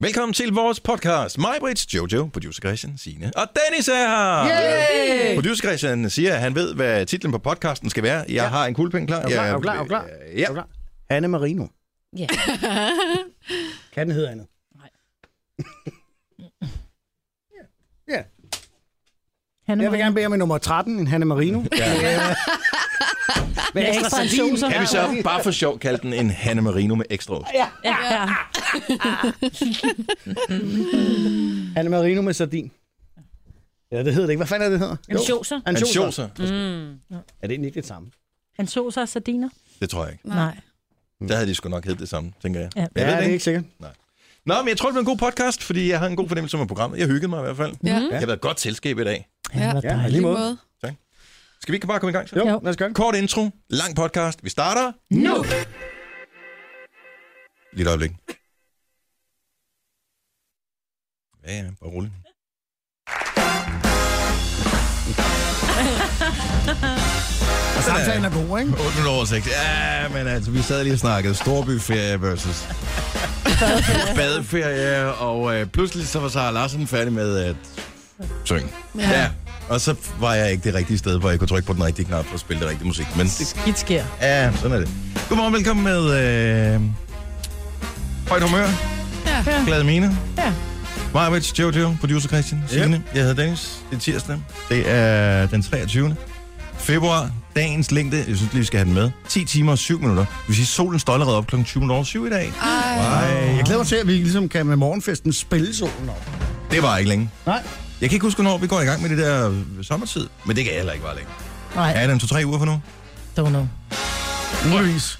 Velkommen til vores podcast. Mig, Brits, Jojo, producer Christian, Signe og Dennis er her. Yay! Producer Christian siger, at han ved, hvad titlen på podcasten skal være. Jeg ja. har en kuglepind klar. Er du klar? Jeg- Er du klar? Er du klar? Ja. Er du klar? Anne Marino. Ja. Kan den hedde andet? Nej. ja. ja. Han Jeg vil gerne bede om en nummer 13, en Hanne Marino. ja. Med Med ekstra ekstra sardin. saucer. Kan vi så bare for sjov kalde den en Hanne Marino med ekstra ost? Ja. Ja. ja. Hanne Marino med sardin. Ja, det hedder det ikke. Hvad fanden er det, det hedder? En saucer. Ansjoser. Ansjoser. Er det egentlig ikke det samme? Han så sig Mm. sardiner? Det tror jeg ikke. Nej. Der havde de sgu nok heddet det samme, tænker jeg. Ja. Men Ja, Jeg ved det det er ikke. ikke sikkert. Nå, men jeg tror, det var en god podcast, fordi jeg har en god fornemmelse med programmet. Jeg hyggede mig i hvert fald. Ja. Jeg har været et godt selskab i dag. Ja. Ja, På lige lige måde. måde. Skal vi ikke bare komme i gang? Så? Jo, Jo. lad os gøre det. Kort intro, lang podcast. Vi starter Nu! lige et øjeblik. Ja, ja, bare rulle. Og samtalen er god, ikke? 8 minutter over 6. Ja, men altså, vi sad lige og snakkede storbyferie versus Badeferie, og øh, pludselig så var Sara Larsen færdig med at synge. Ja. Ja. Og så var jeg ikke det rigtige sted, hvor jeg kunne trykke på den rigtige knap for at spille det rigtige musik. Men det, Skidt sker. ja, sådan er det. Godmorgen, velkommen med øh, højt humør. Ja. Glade mine. Ja. Marvits, Jojo, producer Christian, Signe. Jeg hedder Dennis. Det er tirsdag. Det er den 23. februar. Dagens længde, jeg synes lige, vi skal have den med. 10 timer og 7 minutter. Det vil sige, solen står allerede op kl. 20.07 i dag. Ej, jeg glæder mig til, at vi ligesom kan med morgenfesten spille solen op. Det var ikke længe. Nej. Jeg kan ikke huske, hvornår vi går i gang med det der øh, sommertid, men det kan jeg heller ikke være længe. Nej, Er det en to-tre uger for nu? don't know. Ugevis.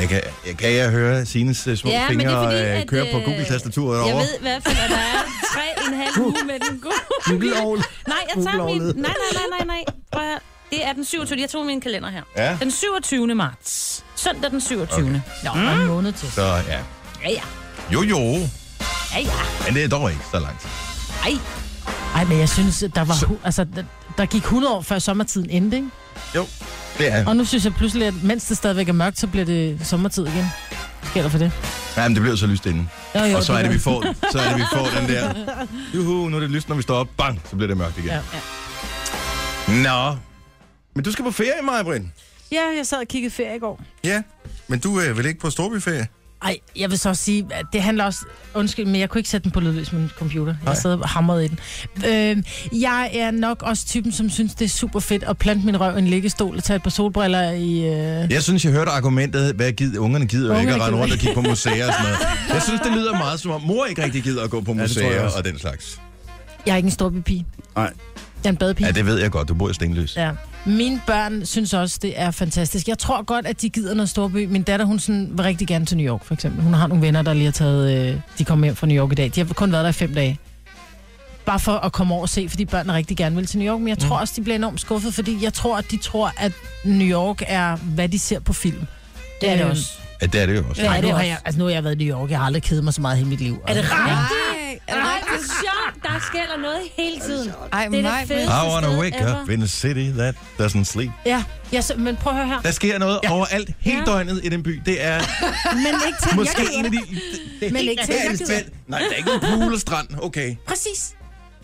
Jeg kan, jeg, kan jeg høre Sines øh, små Ja, men det er fingre fordi, øh, at, køre på øh, Google-tastaturet Jeg over? Uh. ved i hvert fald, at der er tre en halv uge med den gode. Google Owl. Nej, jeg tager min. Ulovligt. Nej, nej, nej, nej, nej. Prøv at høre. Det er den 27. Jeg tog min kalender her. Ja. Den 27. marts. Søndag den 27. Okay. Nå, der er en måned til. Så ja. Ja, ja. Jo, jo. Ja, ja. Men det er dog ikke så langt. Ej. Ej, men jeg synes, at der var... hu- Altså, der, der gik 100 år før sommertiden endte, ikke? Jo, det er. Og nu synes jeg pludselig, at mens det stadigvæk er mørkt, så bliver det sommertid igen. Hvad sker der for det? Ja, men det bliver så lyst inden. Jo, jo, Og så er det, gør vi får, så er det, vi får den der. Juhu, nu er det lyst, når vi står op. Bang, så bliver det mørkt igen. Ja. Nå. Men du skal på ferie, Maja Bryn. Ja, jeg sad og kiggede ferie i går. Ja. Men du øh, vil ikke på storbyferie? Ej, jeg vil så også sige, at det handler også... Undskyld, men jeg kunne ikke sætte den på lydløs med min computer. Jeg sad og hamrede i den. Øh, jeg er nok også typen, som synes, det er super fedt at plante min røv i en liggestol og tage et par solbriller i... Øh... Jeg synes, jeg hørte argumentet, hvad gider, ungerne gider jo ikke Ungerne at rende gider rundt og kigge på museer og sådan noget. Jeg synes, det lyder meget som om, mor ikke rigtig gider at gå på det tror jeg museer også. og den slags. Jeg er ikke en storbypige. Nej. Jeg er en badepige. Ja, det ved jeg godt. Du bor i Stenløs. Ja. Mine børn synes også, det er fantastisk. Jeg tror godt, at de gider noget storby. Min datter, hun sådan, vil rigtig gerne til New York, for eksempel. Hun har nogle venner, der lige har taget... Øh, de kommer hjem fra New York i dag. De har kun været der i fem dage. Bare for at komme over og se, fordi børnene rigtig gerne vil til New York. Men jeg tror også, de bliver enormt skuffet, fordi jeg tror, at de tror, at New York er, hvad de ser på film. Øh, Det er det også. Ja, det er det jo også. Nej, det nu har, også. jeg, altså, nu har jeg været i New York. Jeg har aldrig kedet mig så meget i hele mit liv. Er det Ej, er det Ej, rigtigt? det er sjovt. Der sker noget hele tiden. Ej, Det er det mig, I fedeste wanna sted wake ever. up in a city that doesn't sleep. Ja, ja så, men prøv at høre her. Der sker noget ja. overalt, hele ja. Ja. døgnet i den by. Det er Men ikke til, måske jeg gider. en af de... Det, Men ikke til, jeg det gider. er Nej, der er ikke en pool og strand. Okay. Præcis.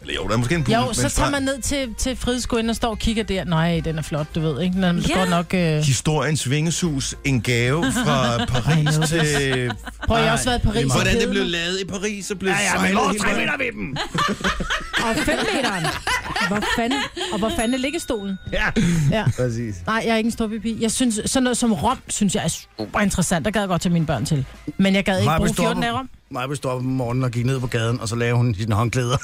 Eller jo, der er måske en pool, Jo, men så tager strand. man ned til, til Fridskoen og står og kigger der. Nej, den er flot, du ved, ikke? Den er Ja. godt nok... Øh... Historiens vingesus, en gave fra Paris til... Prøv, jeg har også været i Paris. og Hvordan det kedet blev mig. lavet i Paris, og blev ja, ja, sejlet hele vejen. ved dem. Og femmeteren. Hvor fanden, og hvor fanden ligger stolen? Ja, Ja. præcis. Nej, jeg er ikke en stor pipi. Jeg synes, sådan noget som Rom, synes jeg er super interessant. Der gad jeg godt tage mine børn til. Men jeg gad ikke Maja bruge består 14 dage i på- Rom. Maja bestod op om morgenen og gik ned på gaden, og så lagde hun sine håndklæder.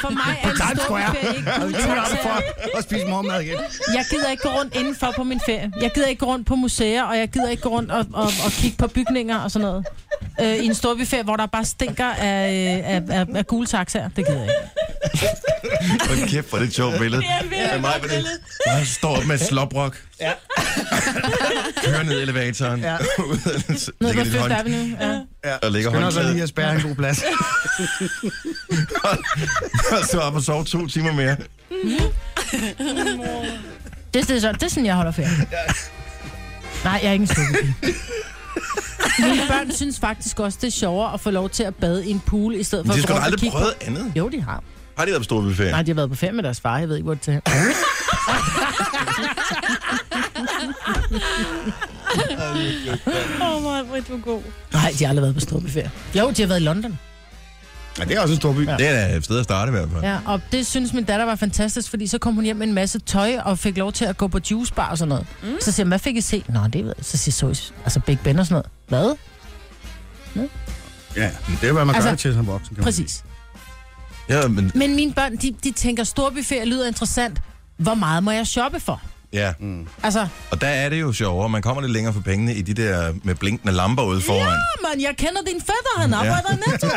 For mig På er en Times stor Square. ferie ikke Og vi gik op for at spise morgenmad igen. Jeg gider ikke gå rundt indenfor på min ferie. Jeg gider ikke gå rundt på museer, og jeg gider ikke gå rundt og, og, og kigge på bygninger og sådan noget. Øh, I en storbyferie, hvor der bare stinker af, af, af, af gule taxaer. Det gider jeg ikke. Hold kæft, hvor er det et sjovt billede. Ja, mig på det. Jeg står op med et sloprok. Ja. Kører ned i elevatoren. Ja. Nede ligger på dit Fifth hånd, Avenue. Ja. der ligger Hun har så lige håndklæde. at spærre en god plads. Og så op og sove to timer mere. Det, det, er sådan, det er sådan, jeg holder ferie. Nej, jeg er ikke en storbypige. Mine børn synes faktisk også, det er sjovere at få lov til at bade i en pool, i stedet Men for de at gå skal da rundt og aldrig kigge på- prøvet andet. Jo, de har. Har de været på store buffet? Nej, de har været på ferie med deres far. Jeg ved ikke, hvor det er. Åh, oh, mig, Britt, du er god. Nej, de har aldrig været på store ferie. Jo, de har været i London. Ja, det er også en stor by. Det er da et sted at starte i hvert fald. Ja, og det synes min datter var fantastisk, fordi så kom hun hjem med en masse tøj og fik lov til at gå på juicebar og sådan noget. Mm. Så siger jeg, hvad fik I set? Nå, det ved jeg. Så siger så, altså Big Ben og sådan noget. Hvad? Ja, men det er, hvad man altså, gør Altså, det til som voksen. kan man sige. Præcis. Ja, men, Men mine børn, de, de tænker, storbyferie lyder interessant. Hvor meget må jeg shoppe for? ja. Mm. Altså, Og der er det jo sjovere. Man kommer lidt længere for pengene i de der med blinkende lamper ude foran. man, jeg kender din fætter, han arbejder ja. netto.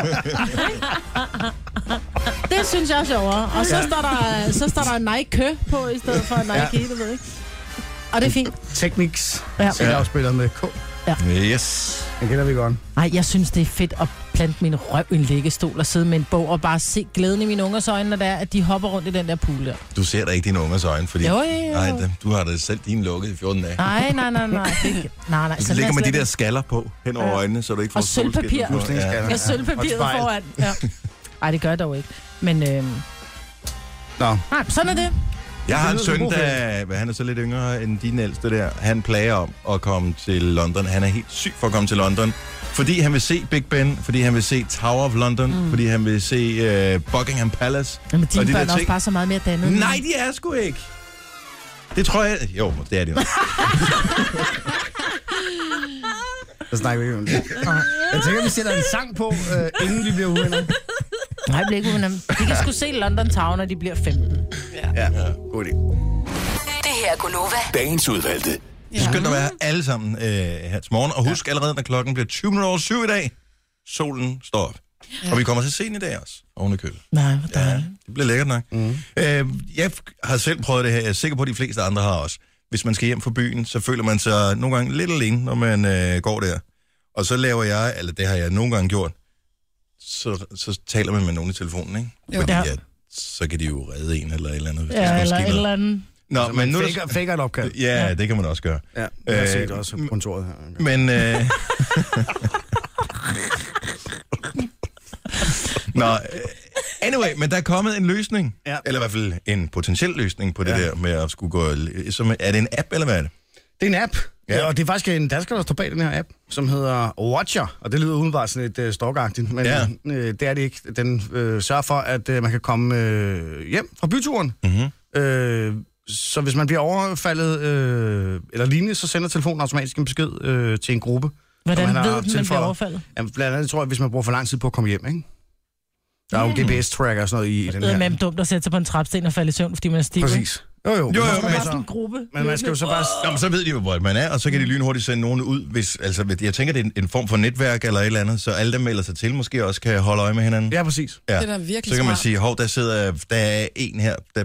det synes jeg er sjovere. Og så står der, så står der Nike på, i stedet for Nike, ja. du ved ikke. Og det er fint. Technics. Ja. Ja. Selv afspiller med K. Yes. Den kender vi godt. Nej, jeg synes, det er fedt at plante min røv i en liggestol og sidde med en bog og bare se glæden i mine ungers øjne, når det er, at de hopper rundt i den der pool der. Du ser da ikke dine ungers øjne, fordi... Jo, jo, jo. Nej, dem- du har da selv din lukket i 14 dage. Nej, nej, nej, nej. Det, nej, nej Så er Altså, ligger jeg man de slet der ikke. skaller på hen over Ja. øjnene, så du ikke får Og sølvpapir. solskin. Ja. Fuldstændig Med sølvpapiret Og et spejl. foran. Ja. Ej, det gør jeg dog ikke. Men øh, Nå, nej, sådan er det. Jeg har en Det lyder søn, som en god der, hvad, han er så lidt yngre end din ældste der. Han plager om at komme til London. Han er helt syg for at komme til London. Fordi han vil se Big Ben, fordi han vil se Tower of London, mm. fordi han vil se uh, Buckingham Palace. Jamen, dine Og de børn der er også ting- bare så meget mere dannet. Nej, de er sgu ikke. Det tror jeg... Jo, det er de nok. så snakker vi ikke om det. Jeg tænker, vi sætter en sang på, øh, inden vi bliver uvenner. Nej, jeg bliver ikke uvenner. De kan sgu se London Town, når de bliver 15. Ja, god idé. Det her er Gunova. Dagens udvalgte. Det er skønt at være her alle sammen øh, her til morgen. Og husk ja. allerede, når klokken bliver 20 minutter over syv i dag, solen står op. Ja. Og vi kommer til sent i dag også, oven i købet. Nej, hvor Ja, dejligt. det bliver lækkert nok. Mm. Øh, jeg har selv prøvet det her. Jeg er sikker på, at de fleste andre har også. Hvis man skal hjem fra byen, så føler man sig nogle gange lidt alene, når man øh, går der. Og så laver jeg, eller det har jeg nogle gange gjort, så, så taler man med nogen i telefonen, ikke? Jo. Fordi Ja. at, så kan de jo redde en eller et eller andet, Altså, hvis ja, der Ja, skulle eller ske et eller noget. andet. Nå, Så men nu... er der- faker, faker et opkald. Ja, det kan man også gøre. Ja, jeg har Øh, set også på kontoret her. Men... Øh... Nå, øh, anyway, men der er kommet en løsning. Ja. Eller i hvert fald en potentiel løsning på det Ja. der med at skulle gå... Som, er det en app, eller hvad er det? Det er en app. Ja. Ja. ja. og det er faktisk en dansker, der står bag den her app, som hedder Watcher. Og det lyder udenbart sådan lidt øh, stalkeragtigt, men Ja. ja. øh, det er det ikke. Den øh, sørger for, at øh, man kan komme øh, hjem fra byturen. Mm-hmm. Øh, så hvis man bliver overfaldet øh, eller lignende, så sender telefonen automatisk en besked øh, til en gruppe. Hvordan som ved har den, man tilføjet. bliver overfaldet? Jamen, blandt andet tror jeg, hvis man bruger for lang tid på at komme hjem, ikke? Der er jo GPS-tracker og sådan noget i, i den Det er her. nemt dumt at sætte sig på en trapsten og falde i søvn, fordi man er stiv. ikke? Præcis. Jo, jo. Jo, jo, Der men, er men- bare sådan altså, en gruppe. men man skal jo så bare... Mm. Nå, men så ved de jo, hvor man er, og så kan de lynhurtigt sende nogen ud. Hvis, altså, jeg tænker, det er en, en form for netværk eller et eller andet, så alle, der melder sig til, måske også kan holde øje med hinanden. Ja, præcis. Ja. Det er da virkelig Så kan man smart. sige, hov, der sidder der er en her, der, der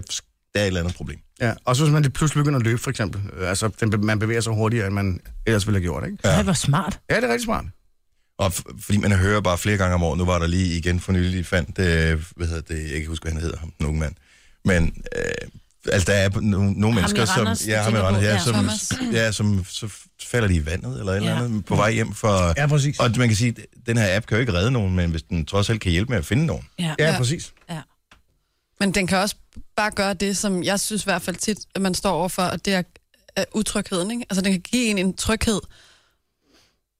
er et eller andet problem. Ja, også hvis man lige pludselig begynder at løbe, for eksempel. Øh, Altså, den, be- man bevæger sig hurtigere, end man ellers ville have gjort, ikke? Ja. Det var smart. Ja, det er rigtig smart. Og f- fordi man hører bare flere gange om året, nu var der lige igen for nylig, de fandt, øh, hvad hedder det, jeg kan ikke huske, hvad han hedder, ham, den unge mand. Men, øh, altså der er no- nogle no mennesker, som, Randers, du ja, ham i tænker Randers, på. ja, Ja, som, Thomas. ja, som, så f- falder de i vandet eller et eller Ja. andet på vej hjem fra... Ja, præcis. Og man kan sige, den her app kan jo ikke redde nogen, men hvis den trods alt kan hjælpe med at finde nogen. Ja. Ja, Ja. præcis. Men den kan også bare gøre det, som jeg synes i hvert fald tit, at man står overfor, og det er øh, utrygheden. Ikke? Altså, den kan give en en tryghed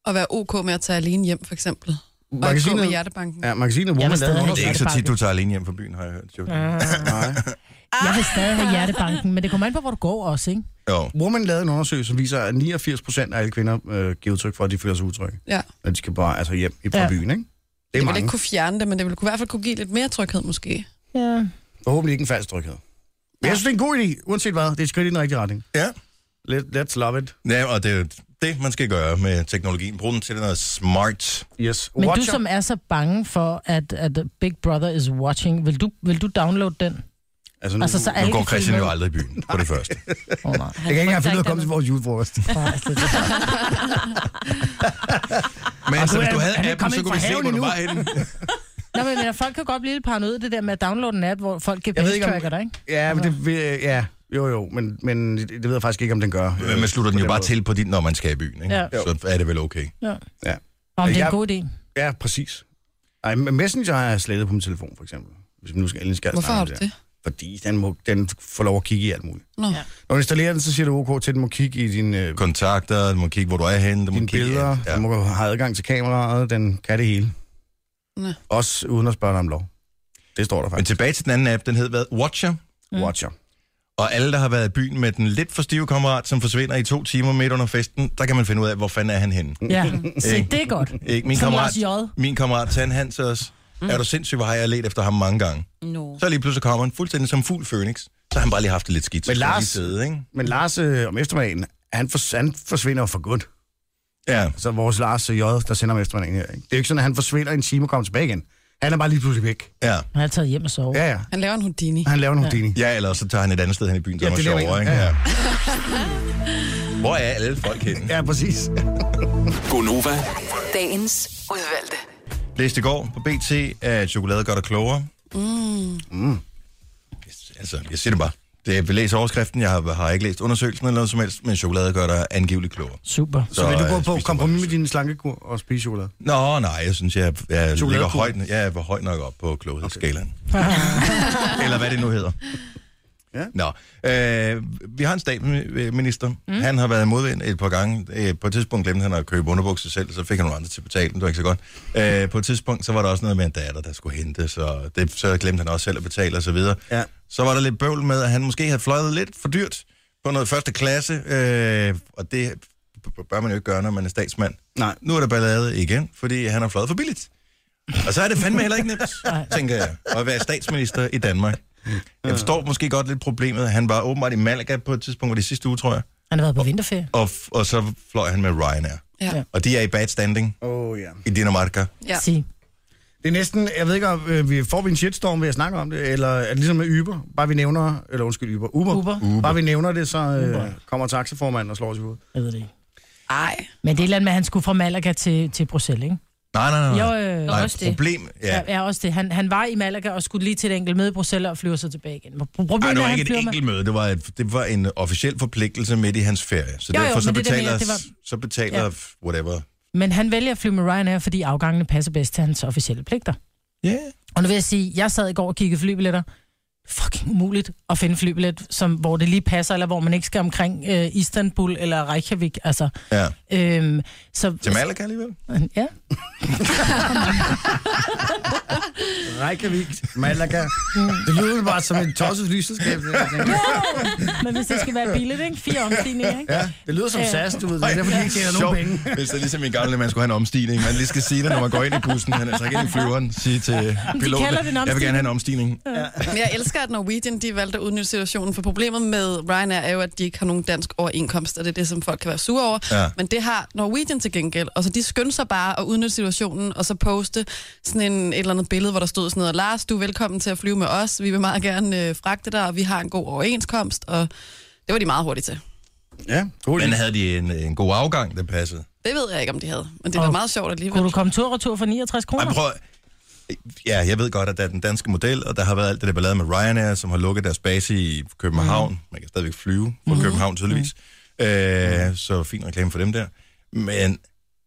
at være ok med at tage alene hjem, for eksempel. Og at gå med Magasinet- hjertebanken. Ja. Ja, magasinet Jeg Woman vil stadig lavede en have Det er ikke så Hjertebanken. tit, du tager alene hjem fra byen, har jeg hørt. Jo. Jeg vil stadig have hjertebanken, men det kommer an på, hvor du går også, ikke? jo. undersøgelse- Woman lavede en undersøgelse, som viser, at 89 procent af alle kvinder øh, giver udtryk for, at de føler sig utrygge. ja. Når de skal bare altså, hjem i- fra Ja. ja. byen, ikke? Det er Det ville mange. ikke kunne fjerne det, men det ville kunne, i hvert fald kunne give lidt mere tryghed, måske. Ja. Forhåbentlig ikke en falsk tryghed. Men jeg synes, det er en god idé, uanset hvad. Det er et skridt i den rigtige retning. Ja. Let, let's love it. ja, og det er jo det, man skal gøre med teknologien. Brug den til noget smart. Yes. Men Watcher. du, som er så bange for, at, at Big Brother is watching, vil du, vil du downloade den? Altså, nu, Altså, så alle Nu går kan følge Christian jo med. aldrig i byen, på det første. Åh, nej. jeg kan ikke engang frygter finde ud af at ikke komme til noget. vores julefrokost. altså, Men altså, hvis er- du havde han er appen, kommet så ind kunne fra vi se, haven hvor du endnu. var henne. Nå, men jeg mener, folk kan godt blive lidt paranoid, det der med at downloade en app, hvor folk kan Jeg ved ikke, om- backtracker dig, ikke? Ja, men det vil, ja. Jo, jo, men, men det det ved jeg faktisk ikke, om den gør. Men man slutter den jo bare til på dit, når man skal i byen, ikke? Ja. Så er det vel okay. Ja. Ja. Om det er Jeg- en god idé. Ja, præcis. Ej, men Messenger har jeg slettet på min telefon, for eksempel. Hvis vi nu skal, endelig skal Hvorfor snakke har om du her. det? Fordi den, må, den får lov at kigge i alt muligt. Nå. Ja. Ja. Når du installerer den, så siger du OK til, at den må kigge i din, øh, Kontakter, du må kigge, hvor du er henne, du må dine kigge... billeder, ja. Ja. den må have adgang til kameraet, den kan det hele. Nå. Også uden at spørge dig om lov. Det står der Men faktisk. tilbage til den anden app, den hed hvad? Watcher. Mm. Watcher. Og alle, der har været i byen med den lidt for stive kammerat, som forsvinder i to timer midt under festen, der kan man finde ud af, hvor fanden er han henne. Ja, se, det er godt. Ikke? Min Som kammerat, Lars J. min kammerat Tan Hans også. Mm. Er du sindssyg, hvor har jeg let efter ham mange gange? No. Så lige pludselig kommer han fuldstændig som fugl Phoenix. Så har han bare lige haft det lidt skidt. Men Så har han Lars- lige siddet, ikke? Men Lars øh, om eftermiddagen, han, for, han forsvinder jo for godt. Ja. Så vores Lars øh, J, der sender om eftermiddagen her. Ikke? Det er jo ikke sådan, at han forsvinder en time og kommer tilbage igen. Han er bare lige pludselig væk. Ja. Han har taget hjem og sovet. Ja, ja. Han laver en Houdini. Han laver en Houdini. ja, eller så tager han et andet sted hen i byen, som Ja, ja, er det er det, jeg sjovere, ikke? mener. Ja, Ja. Hvor er alle folk henne? Ja, præcis. Gonova, Dagens udvalgte. Læste i går på BT, at chokolade gør dig klogere. Mm. Mm. Altså, jeg siger det bare. Det, jeg læser overskriften, jeg har, har ikke læst undersøgelsen eller noget som helst, men chokolade gør dig angiveligt klogere. Super. Så, så vil du øh, gå spis på det kompromis bare. med din slankekur og spise chokolade? Nå, nej, jeg synes, jeg, jeg ligger Chokoladekur. højt, jeg er højt nok op på kloghedsskalaen. Okay. Eller hvad det nu hedder. Ja. Nå, øh, vi har en statsminister. Mm. Han har været modvind et par gange. Øh, på et tidspunkt glemte han at købe underbukser selv, så fik han nogle andre til at betale dem. Det var ikke så godt. Øh, på et tidspunkt, så var der også noget med en datter, der skulle hentes, og det, så glemte han også selv at betale osv. Ja. Så var der lidt bøvl med, at han måske havde fløjet lidt for dyrt på noget første klasse, øh, og det bør man jo ikke gøre, når man er statsmand. Nej. Nu er der ballade igen, fordi han har fløjet for billigt. Og så er det fandme heller ikke nemt, tænker jeg, at være statsminister i Danmark. Jeg forstår måske godt lidt problemet. Han var åbenbart i Malaga på et tidspunkt, var det sidste uge, tror jeg. Han har været på vinterferie. Og, f- og så fløj han med Ryanair. Ja. Ja. Og de er i bad standing Åh, oh, ja. i Dinamarca. Ja. Sig. Det er næsten, jeg ved ikke, om øh, vi får vi en shitstorm ved at snakke om det, eller er det ligesom med Uber? Bare vi nævner, eller undskyld, Uber. Uber. Uber. Bare vi nævner det, så øh, kommer taxiformanden og slår os i hovedet. Jeg ved det ikke. Ej. Men det er et eller andet med, at han skulle fra Malaga til, til Bruxelles, ikke? Nej, nej, nej. Jo, nej. øh, nej også det. problem, ja. ja. er også det. Han, han var i Malaga og skulle lige til et enkelt møde i Bruxelles og flyver så tilbage igen. Pro- Problemet Ej, det er, var han ikke et flyver med- enkelt møde. Det var, et, det var en officiel forpligtelse midt i hans ferie. Så Jo, jo, derfor så men det er det, betaler, jeg mener, det det så betaler Ja. whatever. Men han vælger at flyve med Ryanair, fordi afgangene passer bedst til hans officielle pligter. Ja. Yeah. Og nu vil jeg sige, jeg sad i går og kiggede flybilletter. Fucking umuligt at finde flybillet, som, hvor det lige passer, eller hvor man ikke skal omkring øh, Istanbul eller Reykjavik. Altså, Ja. øhm, så, Til Malaga alligevel. Ja, Reykjavik, Malaga. Det lyder jo bare som et tosset flyselskab. det her, tænker jeg. men hvis det skal være billigt, ikke? Fire omstigninger, ikke? Øh, Ja, det lyder som Ja. SAS, du ved. Det er derfor, de ikke tjener Sjovt, nogen penge. Hvis det er ligesom i gamle, man skulle have en omstigning. Man lige skal sige det, når man går ind i bussen. Han er så ikke ind i flyveren. Sige til piloten, kalder det en jeg vil gerne have en omstigning. Men jeg elsker, at Norwegian de valgte at udnytte situationen, for problemet med Ryanair er jo, at de ikke har nogen dansk overenkomst, og det er det, som folk kan være sure over. Ja. Men det har Norwegian til gengæld, og så de skyndte sig bare at udnytte situationen, og så poste sådan en, et eller andet billede, hvor der stod sådan noget, Lars, du er velkommen til at flyve med os, vi vil meget gerne øh, fragte dig, og vi har en god overenskomst, og det var de meget hurtige til. Ja, cool. Men havde de en, en god afgang, der passede? Det ved jeg ikke, om de havde, men det var Og meget sjovt alligevel. Kunne du komme tur og tur for 69 kroner? Ej, prøv, ja, jeg ved godt, at der er den danske model, og der har været alt det der ballade med Ryanair, som har lukket deres base i København. Mm. Man kan stadigvæk flyve fra mm. København, tydeligvis. Mm. Øh, så fin reklame for dem der. Men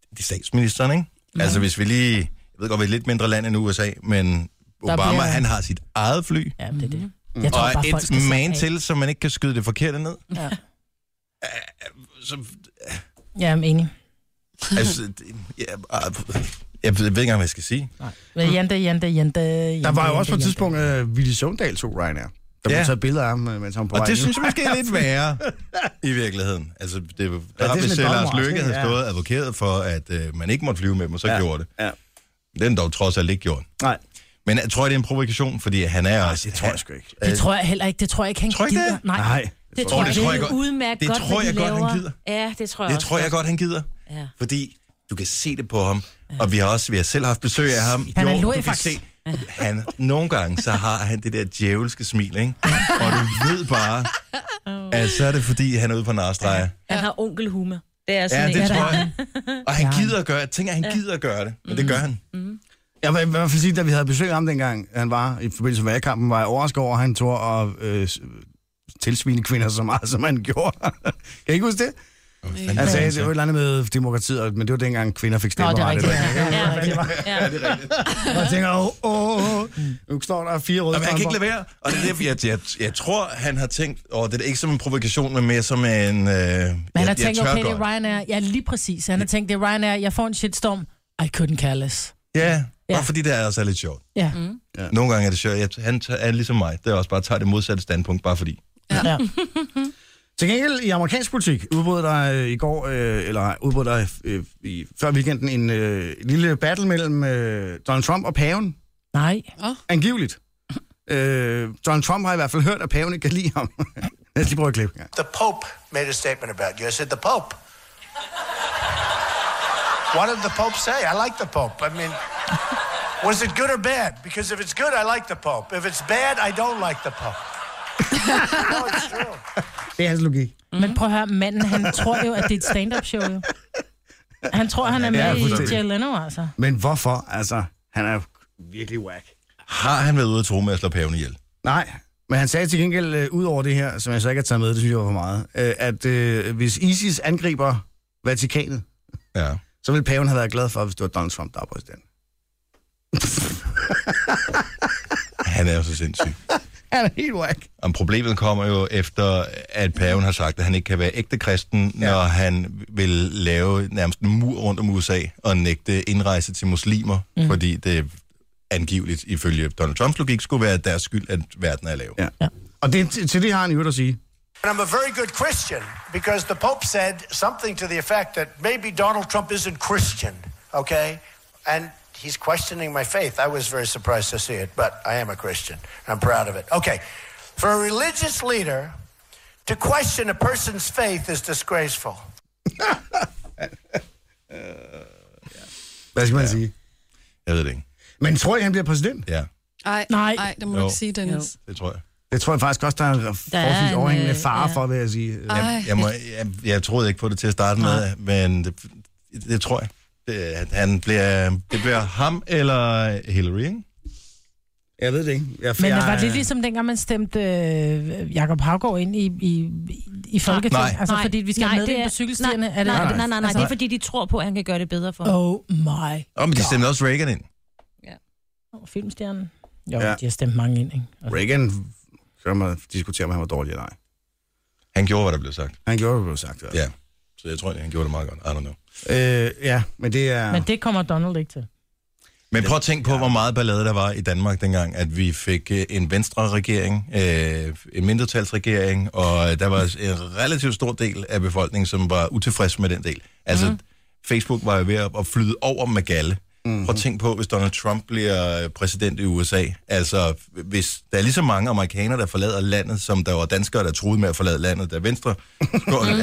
det er statsministeren, ikke? Mm. Altså, hvis vi lige... Jeg ved godt, vi er et lidt mindre land end USA, men Obama, bliver- bliver... han har sit eget fly. Mm. Ja, det er det. Jeg tror Og bare, folk skal et man slappe af. til, så man ikke kan skyde det forkerte ned. Ja. Så, Ja, jeg er enig. altså, det- jeg, jeg, jeg ved ikke engang, hvad jeg skal sige. Men Jante, Jante, Jante, Jante, Der var jo også på et Jante. tidspunkt, at Willy Søvndal tog Ryanair. Der blev Ja. taget billeder af ham, øh, mens han var på Og vej det ind. synes jeg måske er lidt værre i virkeligheden. Altså, det, der er har sådan hvis lidt Lars dogmagtigt, Løkke havde ja. stået og advokeret for, at øh, man ikke måtte flyve med dem, og så Ja. ja. gjorde det. Ja. Den dog trods alt ikke gjorde. Nej, Men jeg tror, det er en provokation, fordi han er nej, også... det tror jeg sgu ikke. Det tror jeg heller ikke. Det tror jeg ikke, han Tror I ikke gider. det? Nej. Nej. Det Åh, tror det jeg tror jeg ikke. godt. Udmærket Det godt, tror hvad de jeg godt, han laver. gider. Ja, det tror jeg Det også tror jeg godt, han gider. Ja. Fordi du kan se det på ham, og vi har også vi har selv haft besøg af ham. Han er Jo, du lurifax. kan se, han, nogle gange, så har han det der djævelske smil, ikke? Og du ved bare, at så er det, fordi han er ude på narstreger. Han har onkelhumor. Det er Ja, sådan det en. tror jeg. Og han gider at gøre det. Jeg tænker, han gider at gøre det. Mm. Men det gør han. Mm-hmm. Jeg vil i hvert fald sige, da vi havde besøg af ham dengang, han var i forbindelse med valgkampen, var jeg overrasket over, at han tog og øh, s- tilsvine kvinder så meget, som han gjorde. kan I ikke huske det? Fanden, Han sagde, altså, det var et eller andet med demokratiet, og- men det var dengang kvinder fik Nå, stemmeret. det er rigtigt. eller- Ja, ja, ja, rigtigt. Ja. Og jeg tænker, åh, åh, åh, nu står der fire røde Jamen, jeg kan ikke strømper. lade være. Og det er derfor, jeg, jeg, jeg tror, han har tænkt, og det er ikke som en provokation, men mere som en... Øh, jeg, Men han har jeg tænkt, tør okay, det godt. er Ryanair. Ja, lige præcis. Han har tænkt, det er Ryanair. Jeg får en shitstorm. I couldn't care less. Ja, bare Ja. fordi det er også er lidt sjovt. Ja. Ja. Nogle gange er det sjovt. Jeg, han tager, er ligesom mig. Det er også bare tager det modsatte standpunkt, bare fordi. ja. Til gengæld i amerikansk politik udbrød der øh, i går, øh, eller udbrød der øh, i, før weekenden, en øh, lille battle mellem øh, Donald Trump og paven, Nej. angiveligt. Øh, Donald Trump har i hvert fald hørt, at paven ikke kan lide ham. Lad os lige prøve et klip. Ja. The Pope made a statement about you. I said, The Pope. what did the Pope say? I like the Pope. I mean, was it good or bad? Because if it's good, I like the Pope. If it's bad, I don't like the Pope. no, it's true. Det er hans logik. Mm. Men prøv at høre, manden, han tror jo, at det er et stand-up show, jo. Han tror, han er Ja, med fuldstændig. i Jay Leno, altså. Men hvorfor? Altså, han er jo virkelig whack. Har han været ude at tro med at slå paven ihjel? Nej, men han sagde til gengæld, øh, ud over det her, som jeg så ikke har taget med, det synes jeg var for meget, øh, at øh, hvis ISIS angriber Vatikanet, Ja. så ville paven have været glad for, hvis det var Donald Trump, der var præsident. Han er jo så sindssyg. Han er helt whack. Om problemet kommer jo efter, at paven har sagt, at han ikke kan være ægte kristen, ja. når han vil lave nærmest en mur rundt om USA og nægte indrejse til muslimer, Mhm. mm. fordi det angiveligt, ifølge Donald Trumps logik, skulle være deres skyld, at verden er lav. Ja. ja. Og det, til- til det har han jo at sige. And I'm a very good Christian because the Pope said something to the effect that maybe Donald Trump isn't Christian, okay? And he's questioning my faith. I was very surprised to see it, but I am a Christian. I'm proud of it. Okay. For a religious leader to question a person's faith is disgraceful. Hvad skal man ja. sige? Øh, Jeg ved det ikke. Men tror I, han bliver præsident? Ja, Ej, Nej. nej, det må du Jo. ikke sige, Dennis. det tror jeg. Det tror jeg faktisk også, der er en forholdsvis en, overhængende øh, fare ja. for, vil jeg sige. Ej, Jeg, må, jeg, jeg troede ikke på det til at starte med, men det, det tror jeg. Det, at han bliver, det bliver ham eller Hillary, ikke? Jeg ved det ikke. Jeg, Men jeg, det var lidt ligesom dengang, man stemte øh, Jakob Havgård ind i, i, i Folketinget. Nej. Altså, fordi vi skal have det medvind er- på cykelstierne. Nej, er det, nej, nej, er nej, nej, nej. Det er fordi, de tror på, at han kan gøre det bedre for det- oh. Oh my. Åh, men de stemte også Reagan ind. Oh, filmstjernen. Jo, Ja. ja. de har stemt mange ind, ikke? Altså. Reagan, så kan man diskutere, om han var dårlig eller ej. Han gjorde, hvad der blev sagt. Han gjorde, hvad der blev sagt. Ja. Ja. Så jeg tror, han gjorde det meget godt. I don't know. Øh, ja, men det er... Men det kommer Donald ikke til. Men prøv at tænke på, hvor meget ballade der var i Danmark dengang, at vi fik øh, en venstre-regering, øh, en mindretalsregering, og øh, der var en relativt stor del af befolkningen, som var utilfreds med den del. Altså, mm. Facebook var jo ved at- at flyde over med galle. Mm. Prøv at tænke på, hvis Donald Trump bliver øh, præsident i USA. Altså, hvis der er lige så mange amerikanere, der forlader landet, som der var danskere, der troede med at forlade landet, der venstre,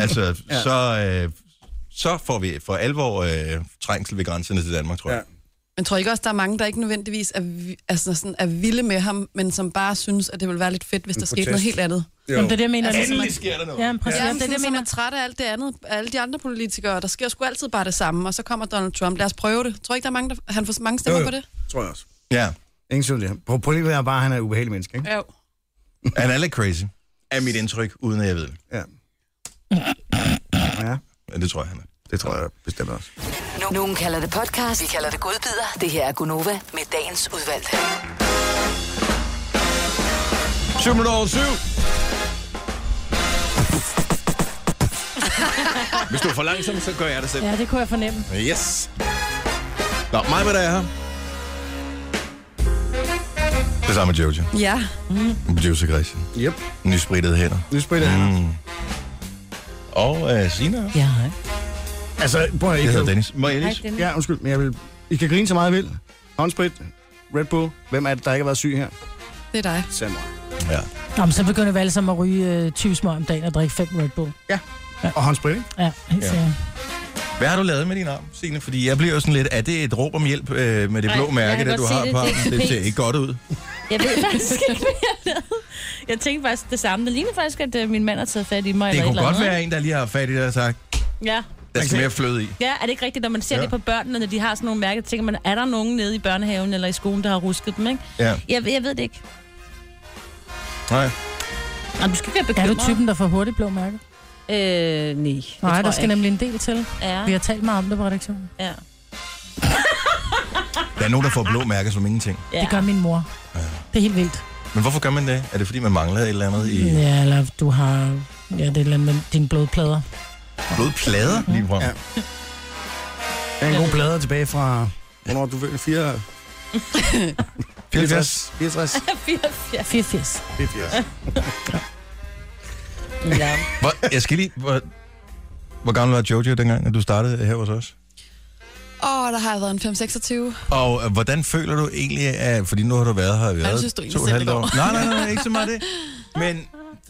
altså, så, øh, så får vi for alvor øh, trængsel ved grænserne til Danmark, tror jeg. Ja. Men tror I ikke også, der er mange, der ikke nødvendigvis er, vi- altså sådan, er vilde med ham, men som bare synes, at det ville være lidt fedt, hvis der skete protest. noget helt andet? Jamen, det er det, jeg mener. ligesom man- sker der noget. Ja, men præcis. Ja, Ja, ja det er det, det, jeg som mener. er træt af alt det andet, alle de andre politikere. Der sker sgu altid bare det samme, og så kommer Donald Trump. Lad os prøve det. Tror I ikke, der er mange, der, han får mange stemmer Jo, jo, jo. jo. på det? tror jeg også. Ja, Ingen tvivl om det. Problemet er bare, at han er et ubehageligt menneske, ikke? Ja. han er lidt crazy, er mit indtryk, uden at jeg ved det. Ja. Ja, Men det tror jeg, han er. det tror jeg bestemt også. Nu- Nogen kalder det podcast, vi kalder det godbider. Det her er Gunova med dagens udvalgte. 7 minutter over 7. Hvis du er for langsom, så gør jeg det selv. ja, det kunne jeg fornemme. Yes. Nå, mig med der er her. Det samme med Jojo. ja. Producer Christian. Yep. Nysprittet hænder. Nu spiller han. Mm. Og øh, Sina. også. Ja, hej. Altså, prøv at Jeg hedder ikke... Dennis. Må jeg lige... den. Ja, undskyld, men jeg vil... I kan grine så meget, I vil. Håndsprit, Red Bull. Hvem er det, der ikke har været syg her? Det er dig. Samurai. Ja. Nå, men så begynder vi alle sammen at ryge øh, 20 smøg om dagen og drikke 5 Red Bull. Og håndsprit, ikke? Ja, helt Ja. sikkert. Hvad har du lavet med din arm, Signe? Fordi jeg bliver jo sådan lidt... Er det et råb om hjælp øh, med det Nej, blå jeg mærke, kan der godt du se har det. på Det er armen? ikke Det ser pænt. ikke godt ud. Jeg ved faktisk ikke, hvad jeg lavede. Jeg tænkte faktisk det samme. Det ligner faktisk, at øh, min mand har taget fat i mig. Det eller et kunne eller godt andet, være en, der lige har fat i det og sagt, ikke? Ja. der Altså- skal mere fløde i. Ja, er det ikke rigtigt, når man ser Ja. ja. det på børnene, når de har sådan nogle mærker, tænker man, er der nogen nede i børnehaven eller i skolen, der har rusket dem, ikke? Ja. Jeg, jeg ved det ikke. Nej. Nå, du skal ikke være Er bekymret. du typen, der får hurtigt blå mærker? Øh, nej. Nej, der skal ikke. nemlig en del til. Ja. Vi har talt meget om det på redaktionen. Ja. Der er nogen, der får blå mærker som ingenting. Ja. Det gør min mor. Det er helt vildt. Men hvorfor gør man det? Er det, fordi man mangler et eller andet i Ja, eller du har ja, det er et eller andet med dine blodplader. blodplader? Lige fra. Ja. Jeg har en god plade tilbage fra... Hvornår du ved? 4... 64. 64. 84. 84. 84. Ja. Hvor, jeg skal lige... Hvor, hvor gammel var Jojo dengang, at du startede her hos os? Åh, oh, der har jeg været en 526. Og øh, hvordan føler du egentlig, at, fordi nu har du været her i Jeg været synes, du egentlig to og et selv halvt det går. år. Nej, nej, nej, nej, ikke så meget det. Men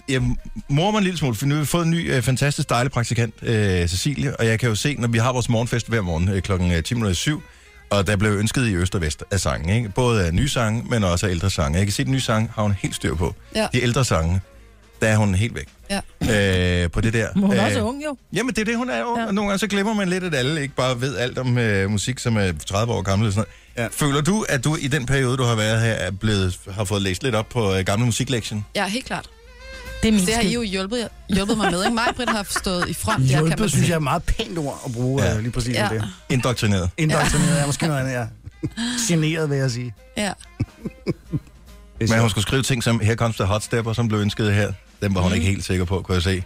jeg morer mig en lille smule, for nu har vi fået en ny, øh, fantastisk dejlig praktikant, øh, Cecilie, og jeg kan jo se, når vi har vores morgenfest hver morgen øh, klokken øh, 10.07, og der blev ønsket i øst og vest af sange, ikke? Både af nye sange, men også af ældre sange. Jeg kan se, at de nye sange har hun helt styr på. Ja. De ældre sange, der er hun helt væk Ja. øh, på det der. Men hun er Øh, også ung, jo. Jamen, det er det, hun er ung. Ja. Nogle gange så glemmer man lidt, at alle ikke bare ved alt om øh, musik, som er 30 år gammel. Eller sådan noget. Ja. Føler du, at du i den periode, du har været her, er blevet, har fået læst lidt op på øh, gamle musiklektion? Ja, helt klart. Det er min Det har I skyld. jo hjulpet, hjulpet mig med, ikke? Mig, Britt, har stået i front. Jeg kan man Hjulpet, synes jeg er sige. et meget pænt ord at bruge Ja. ja. lige præcis Ja. ja. det. Indoktrineret. Indoktrineret er måske noget andet, ja. Generet, vil jeg sige. Ja. Men hun skulle skrive ting som, her kom der hot stepper, som blev ønsket her. Den var hun mm. ikke helt sikker på, kunne jeg se.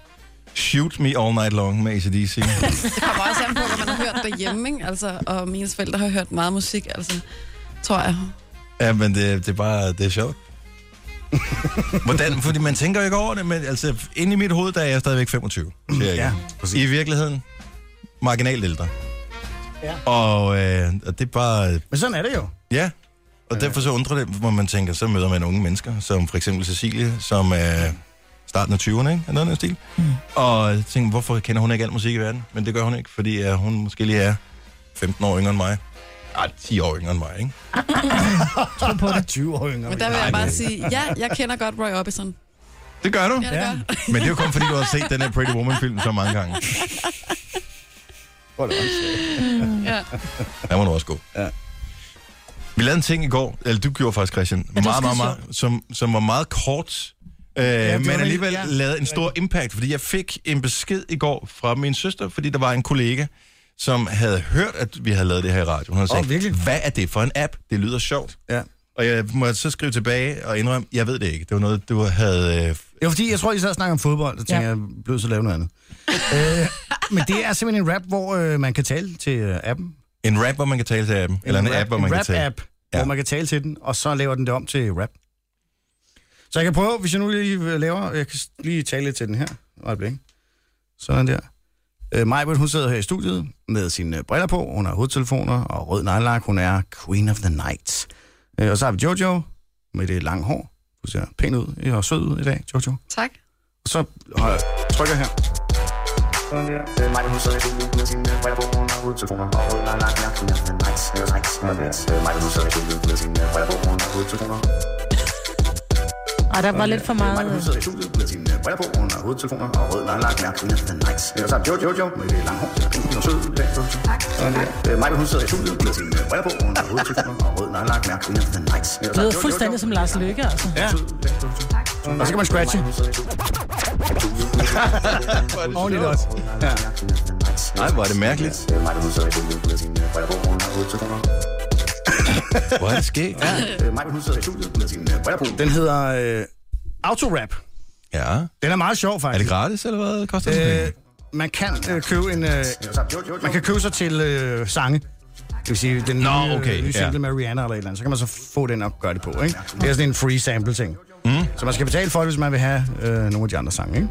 Shoot me all night long med ACDC. Det kommer også an på, hvad man har hørt derhjemme, ikke? Altså, og mine forældre har hørt meget musik, altså, tror jeg. ja, men det, det er bare, det er sjovt. Hvordan? Fordi man tænker jo ikke over det, men altså, inde i mit hoved, der er jeg stadigvæk 25. Siger jeg Mm. Ja, ja. præcis. I virkeligheden, marginalt ældre. Ja. Og, øh, og det er bare, Men sådan er det jo. Ja, og derfor så undrer det, hvor man tænker, så møder man unge mennesker, som for eksempel Cecilie, som er starten af 20'erne, ikke? Er noget i den stil. Mm. Og tænker, hvorfor kender hun ikke al musik i verden? Men det gør hun ikke, fordi uh, hun måske lige er 15 år yngre end mig. Ej, 10 år yngre end mig, ikke? På det. 20 år yngre. Men der vil jeg bare sige, ja, jeg kender godt Roy Orbison. Det gør du. Ja, det gør. jeg. Men det er jo kun, fordi du har set den her Pretty Woman-film så mange gange. Hold da op. Ja. Der var du også god. Ja. Vi lavede en ting i går, eller du gjorde faktisk, Christian, ja, meget, meget, meget, som, som var meget kort, øh, ja, det var men helt- alligevel ja. ja. lavede en stor impact, fordi jeg fik en besked i går fra min søster, fordi der var en kollega, som havde hørt, at vi havde lavet det her i radioen. Hun havde Åh, sagt, virkelig? hvad er det for en app? Det lyder sjovt. Ja. Og jeg må så skrive tilbage og indrømme, jeg ved det ikke. Det var noget, du havde... Øh, Det var fordi, jeg tror, I sad og snakkede om fodbold, så tænkte Ja. ja. jeg, jeg blev så at lave noget andet. øh, men det er simpelthen en rap, hvor øh, man kan tale til øh, appen. En en rap, hvor man kan tale til appen. Eller en, en rap, app, hvor en man kan tale. rap-app, Ja. hvor man kan tale til den, og så laver den det om til rap. Så jeg kan prøve, hvis jeg nu lige øh, laver, jeg kan s- lige tale lidt til den her, Et øjeblik. Sådan der. Øh, Majbert, hun sidder her i studiet med sine øh, briller på, hun har hovedtelefoner og rød nejlak, hun er queen of the night. Øh, og så har vi Jojo med det lange hår. Du ser pæn ud og sød ud i dag, Jojo. Tak. Og så har jeg trykker her. Ej, der var lidt for meget... øh, Det lyder fuldstændig som Lars Løkke, altså. Ja. Og så kan man scratche. Ordentligt også. Ja. Nej, hvor er det mærkeligt. Hvor er det sket? Ja. Den hedder øh, Autorap. ja. Den er meget sjov, Er det faktisk. gratis, eller hvad? Koster det? Øh, Øh, man kan øh, købe en... Øh, man kan købe sig til øh, sange. Det vil sige, den Nå, nye, øh, okay, nye ja. single med Rihanna eller et eller andet. Så kan man så få den og gøre det på, ikke? Det er sådan en free sample-ting. Mm. Så man skal betale for det, hvis man vil have øh, nogle af de andre sange, ikke?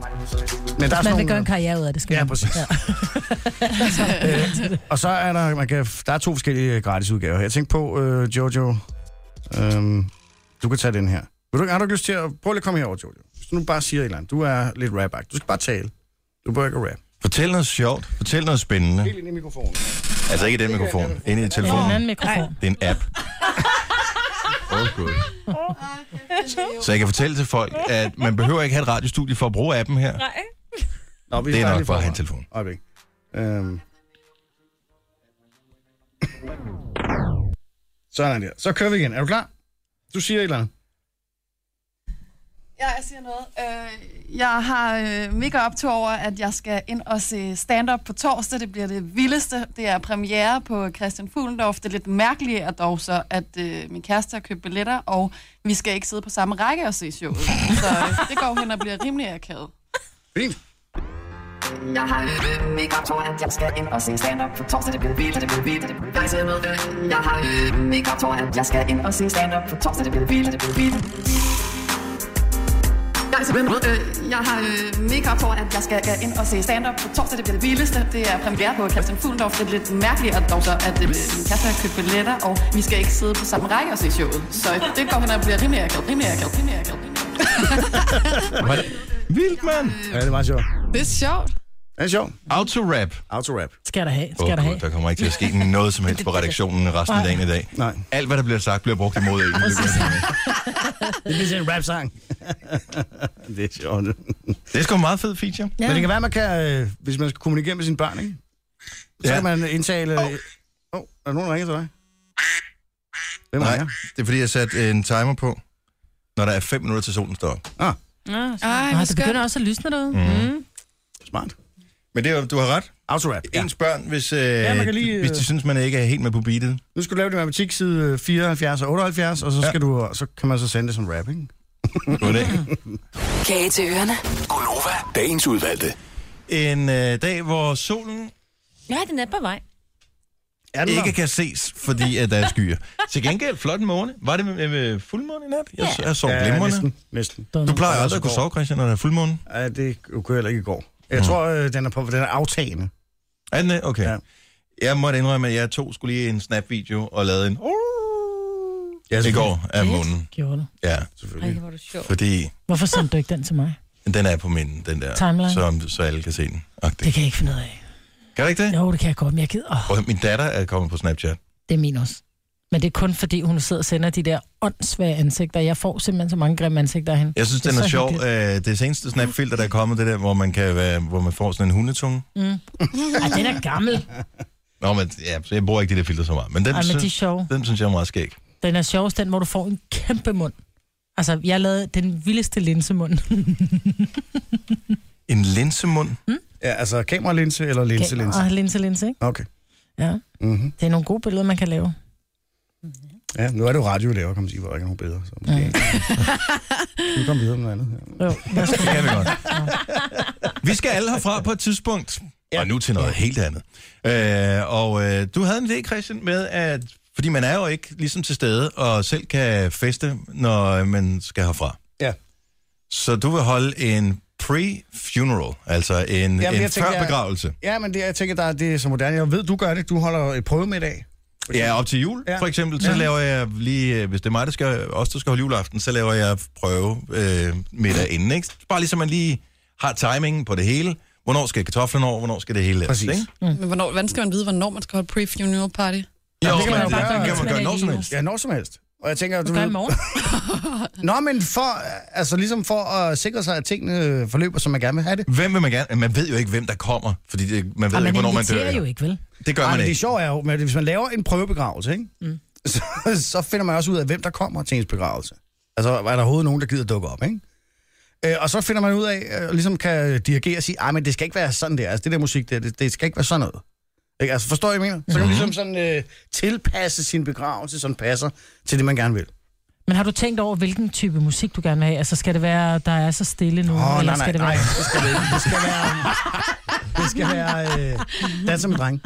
Men der er sådan Man vil nogle- øh, gøre en karriere ud af det, skal Ja, man. præcis. øh, og så er der, man kan, der er to forskellige gratis udgaver. Jeg tænkte på, øh, Jojo, øh, du kan tage den her. Vil du, ikke- har du ikke lyst til at... Prøv lige at komme herover, Jojo. Hvis du nu bare siger et eller andet. Du er lidt rap -agtig. Du skal bare tale. Du behøver ikke at rap. fortæl noget sjovt. Fortæl noget spændende. Helt ind i mikrofonen. Altså ikke i den mikrofon. Inde i Det er en anden telefonen. mikrofon. Det er en app. Oh, God. Så jeg kan fortælle til folk, at man behøver ikke have et radiostudie for at bruge appen her. Nej. Nå, vi Det er starter nok lige bare forfra. hans telefon. Øjeblik. Øhm. Sådan der. Så kører vi igen. Er du klar? Du siger et eller andet. Ja, jeg siger noget. Øh, jeg har øh, mega optur over, at jeg skal ind og se stand-up på torsdag. Det bliver det vildeste. Det er premiere på Christian Fuglendorf. Det lidt mærkelige er dog så, at øh, min kæreste har købt billetter, og vi skal ikke sidde på samme række og se showet. Så øh, det går hen og bliver rimelig akavet. Fint. Jeg har øh, mega optur, at jeg skal ind og se stand-up på torsdag. Det bliver det vildt, det bliver vildt, det bliver vildt. Jeg siger noget. Øh, Jeg har øh, mega optur, at jeg skal ind og se stand-up på torsdag. Det bliver vildt, det bliver vildt. Jeg, er simpelthen, øh, jeg har øh, mega op for, at jeg skal øh, ind og se stand-up på torsdag. Det bliver det vildeste. Det er premiere på Christian Fuglendorf. Det er lidt mærkeligt, at, dog så, at øh, min kæreste har købt billetter, og vi skal ikke sidde på samme række og se showet. Så øh, det går hen og bliver rimelig akavet, rimelig akavet, rimelig akavet. Vildt, mand! Ja, det er meget sjovt. Det er sjovt. Det er sjovt. Autorap. Autorap. Skal der have, skal Åh, der Gud, have. der kommer ikke til at ske noget som helst på redaktionen resten af dagen i dag. Nej. Alt, hvad der bliver sagt, bliver brugt imod en. Det er ligesom en rap-sang. det er sjovt. Det er sgu en meget fed feature. Ja. Men det kan være, man kan, øh, hvis man skal kommunikere med sine børn, ikke? Så Ja. ja. kan man indtale... Åh, oh. oh, er der nogen, der ringer til dig? Hvem Nej, ringer? det er fordi, jeg satte en timer på, når der er 5 minutter til solen står op. Nå, Ej, Nå, hvor det begynder skønt. også at lysne derude. Mhm. Mm. Smart. Men det, er jo- du har ret. Autorap. Ja. Ens børn, hvis, øh, Ja, man ja, kan lige, lige, hvis de øh, synes, man ikke er helt med på beatet. Nu skal du lave det matematik side 74 og 78, og så, skal du, så kan man så sende det som rap, ikke? God dag. Kage til ørerne. Gonova, dagens udvalgte. En øh, dag, hvor solen Ja, den er på vej. Er den ikke der? kan ses, fordi at der er skyer. Til gengæld flot måne. Var det med, med fuldmåne i nat? Jeg, jeg sov Ja, glimrende. næsten. næsten. Du plejer aldrig at kunne sove, Christian, når der er fuldmåne. Ja, det kunne jeg heller ikke i går. Jeg tror, øh, den er, på, den er aftagende. Er den det? Okay. Ja. Jeg måtte indrømme, at jeg tog skulle lige en snap-video og lavede en... Ja, I selvfølgelig. går af månen. Gjorde det. Ja, Ej, Selvfølgelig. hvor er du sjov. fordi Hvorfor sendte du ikke den til mig? den er på min, den der, Timeline. så, så alle kan se den. Agtig. Det kan jeg ikke finde ud af. Kan du ikke det? Jo, det kan jeg godt, men jeg gider. Oh, Og min datter er kommet på Snapchat. det er min også. Men det er kun fordi, hun sidder og sender de der åndssvage ansigter. Jeg får simpelthen så mange grimme ansigter af hende. Jeg synes, Det er den er så sjov. hyggeligt. Øh, Det seneste snapfilter, der er kommet, det der, hvor man, kan være, hvor man får sådan en hundetunge. Mm. Ej, den er gammel. Nå, men ja, så jeg bruger ikke de der filter så meget. Men den, Ej, men de er synes, sjove. den synes jeg er meget skæg. Den er sjovest, den, hvor du får en kæmpe mund. Altså, jeg lavede den vildeste linsemund. En linsemund. Ja, altså kameralinse eller linselinse? Og linse, linse, ikke? Okay. Ja. Mm-hmm. Det er nogle gode billeder, man kan lave. Ja, nu er det jo radio, vi laver, kan man sige, hvor der ikke er nogen bedre. Så måske... Mm. vi komme videre med noget andet. Ja. Jo, værsgo. Det kan vi godt. Vi skal alle herfra på et tidspunkt. Ja. Og nu til noget helt andet. Øh, og øh, du havde en idé, Christian, med at... Fordi man er jo ikke ligesom til stede og selv kan feste, når man skal herfra. Ja. Så du vil holde en pre-funeral, altså en, jeg en tænker, jeg- førbegravelse. ja, men det, jeg tænker, der er det er så moderne. Jeg ved, du gør det. Du holder et prøve med i dag. Ja, op til jul, ja. Ja. for eksempel, så ja. laver jeg lige, øh, hvis det er mig, der skal, også der skal holde juleaften, så laver jeg prøve øh, middag inden, ikke? Bare ligesom man lige har timingen på det hele. Hvornår skal kartoflen over, hvornår skal det hele laves, Præcis. ikke? Mm. Men hvornår, hvordan skal man vide, hvornår man skal holde pre-funeral party? Jo, det kan man jo bare gøre, det kan mens man man gøre er når i som live. helst. Ja, når som helst. Og jeg tænker, Du du gør ved, i morgen. Nå, men for, altså, ligesom for at sikre sig, at tingene øh, forløber, som man gerne vil have det. Hvem vil man gerne? Man ved jo ikke, hvem der kommer, fordi det, man ved Og ikke, man hvornår man inviterer dør. jo ikke, vel? Det gør Ej, man men det ikke. sjove er jo, at hvis man laver en prøvebegravelse, ikke? Mm. Så, så finder man også ud af, hvem der kommer til ens begravelse. Altså, er der overhovedet nogen, der gider dukke op, ikke? Øh, og så finder man ud af, øh, ligesom kan dirigere og sige, ej, men det skal ikke være sådan der. Altså, det der musik der, det, det skal ikke være sådan noget. Ikke? Altså, forstår I, hvad jeg mener? Så kan man Mhm. ligesom sådan øh, tilpasse sin begravelse, som passer til det, man gerne vil. Men har du tænkt over, hvilken type musik du gerne vil have? Altså, skal det være, der er så stille nu? Åh, oh, nej, nej, skal det nej, være... det skal det ikke. Det skal være... Det skal være... Øh, dans som en dreng.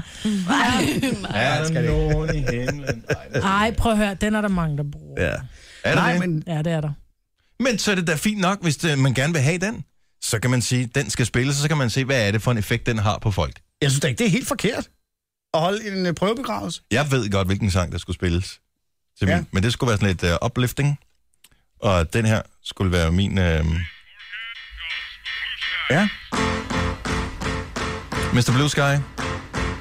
Er skal det ikke. nogen i himlen? Nej, det- Ej, prøv at høre, den er der mange, der bruger. Ja. Er der Nej, det? men Ja, det er der. Men så er det da fint nok, hvis det, man gerne vil have den. Så kan man sige, den skal spilles, og så kan man se, hvad er det for en effekt, den har på folk. jeg synes da ikke, det er helt forkert at holde en øh, prøvebegravelse. Jeg ved godt, hvilken sang, der skulle spilles. Til ja. Ja. min, men det skulle være sådan lidt uh, uplifting. Og den her skulle være min... Uh, Ja. Mr. Blue Sky.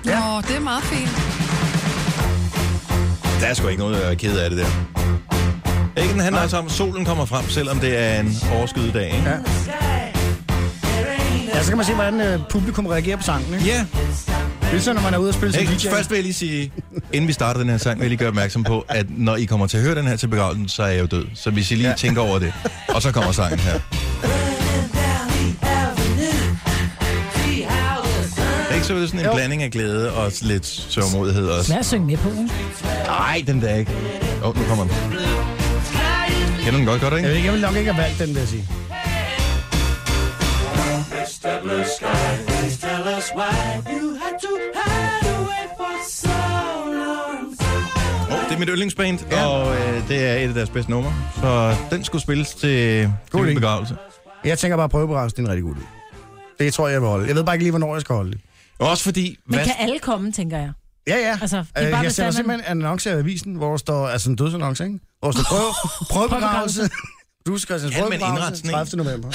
Ja. Nå, det er meget fint. Der er sgu ikke noget, jeg er ked af det der. Ikke, den handler også om, at solen kommer frem, selvom det er en overskyet dag. Ikke? Ja. Ja, så kan man se, hvordan øh, publikum reagerer på sangen, ikke? ja. Ligesom når man er ude og spille som Hey, DJ. først vil jeg lige sige, inden vi starter den her sang, vil jeg lige gøre opmærksom på, at når I kommer til at høre den her til begravelsen, så er jeg jo død. Så hvis I lige ja. tænker over det, og så kommer sangen her. Det er ikke så det er sådan en jo. blanding af glæde og lidt sørgmodighed også. Lad os synge med på, ikke? Nej, den der ikke. Åh, oh, nu kommer den. Kender den godt, gør du ikke? Jeg, ved ikke, jeg vil nok ikke have valgt den, vil jeg sige. Oh, det er mit yndlingsband, ja. og øh, det er et af deres bedste numre. Så den skulle spilles til, til min begravelse. Jeg tænker bare, at prøvebegravelsen det er en rigtig god idé. Det tror jeg, jeg vil holde. Jeg ved bare ikke lige, hvornår jeg skal holde det. Også fordi... Men kan alle komme, tænker jeg? Ja, ja. Altså, det Øh, er bare, jeg hvis sender man... simpelthen en annonce i avisen, hvor der står, altså en dødsannonce, ikke? Hvor der står prøve, prøvebegravelse. Du skal altså Kan man indrette prøvebegravelse sådan 30. en? november.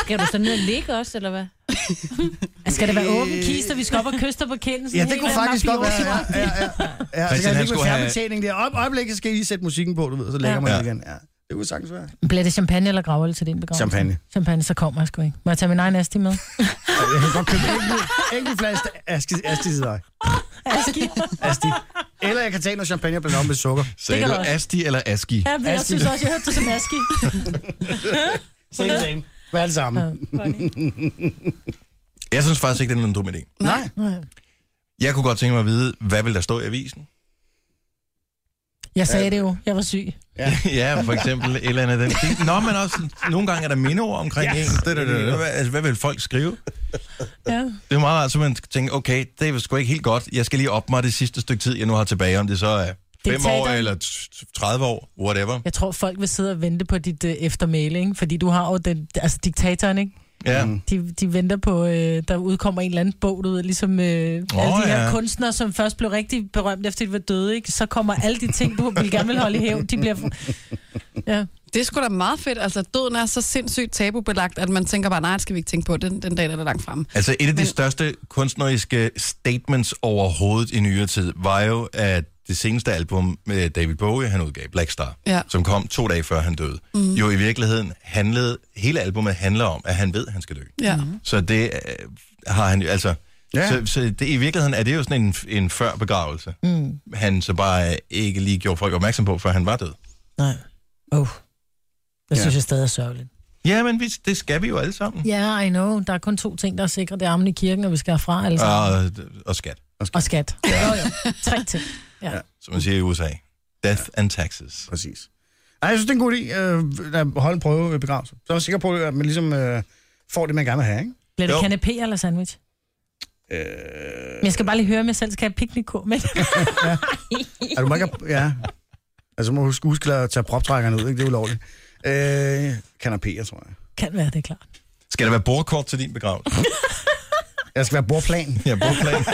Skal du så ned og ligge også, eller hvad? Skal det være åben kiste, og vi skal op og kyster på kindelsen? Ja, det kunne faktisk godt være. Ja, ja, ja. ja, ja så kan jeg Christian, han lige med skulle have- særbetjening der. Op, øjeblikket skal I lige sætte musikken på, du ved, så lægger Ja. man Ja. det igen. Ja. Det kunne sagtens være. Bliver det champagne eller gravøl til din begravelse? Champagne. Champagne, så kommer jeg sgu ikke. Må jeg tage min egen asti med? Jeg kan godt købe en enkelt, enkelt flaske Asti, Asti til dig. Asti. Asti. Eller jeg kan tage noget champagne og blande om med sukker. Sagde kan du du også. Asti eller Aski? Ja, men jeg synes også, jeg hørte det som aski. Same, same. Hvad er det samme? Jeg synes faktisk ikke, det er en dum idé. Nej. Jeg kunne godt tænke mig at vide, hvad vil der stå i avisen? Jeg sagde Øh. det jo. Jeg var syg. ja, for eksempel et eller andet af den. stil. Nå, men også nogle gange er der mindeord omkring yes. en. Det, det, det, det. Hvad, altså, hvad vil folk skrive? Ja. Det er meget rart, så man tænker, okay, det er sgu ikke helt godt. Jeg skal lige op mig det sidste stykke tid, jeg nu har tilbage, om det så er 5 år Diktator. eller t- t- 30 år, whatever. Jeg tror, folk vil sidde og vente på dit øh, eftermæle, ikke? Fordi du har jo den, altså diktatoren, ikke? Mm. Ja. De, de venter på, øh, der udkommer en eller anden bog, du ved, ligesom øh, alle de her ja. kunstnere, som først blev rigtig berømt, efter de var døde, ikke? Så kommer alle de ting, du vil gerne vil holde i hævn, de bliver... Ja. Det er sgu da meget fedt. Altså, døden er så sindssygt tabubelagt, at man tænker bare, nej, det skal vi ikke tænke på. Den, den dag, der er langt fremme. Altså et af de Men- største kunstneriske statements overhovedet i nyere tid, var jo, at det seneste album med David Bowie, han udgav, Black Star, Ja. som kom to dage før han døde, mm. jo i virkeligheden handlede, hele albumet handler om, at han ved, at han skal dø. Ja. Mhm. Så det øh, har han jo, altså... Ja. Ja. Så, så det, i virkeligheden er det jo sådan en, en før begravelse. Mm. Han så bare øh, ikke lige gjorde folk opmærksom på, før han var død. Nej. Åh. Oh. Det synes jeg stadig er sørgeligt. Ja, men vi, det skal vi jo alle sammen. Ja, yeah, I know. Der er kun to ting, der er sikre. Det er armen i kirken, og vi skal herfra alle sammen. Og, og skat, Og skat. Ja. Jo, jo. Tre ting. Ja. ja. som man siger i USA. Death and taxes. Præcis. Nej, jeg synes, det er en god idé øh, at holde en prøve ved begravelse. Så er man sikker på, at man ligesom øh, får det, man gerne vil have, ikke? Bliver det Jo. kanapé eller sandwich? Øh... Jeg skal bare lige høre, om jeg selv skal have piknikkur med. Er du må ikke have- ja. Altså, må du huske, huske at tage proptrækkerne ud, ikke? Det er ulovligt. Øh, kanapéer, tror jeg. kan være, det er klart. Skal der være bordkort til din begravelse? Jeg skal være bordplan. Ja, bordplan.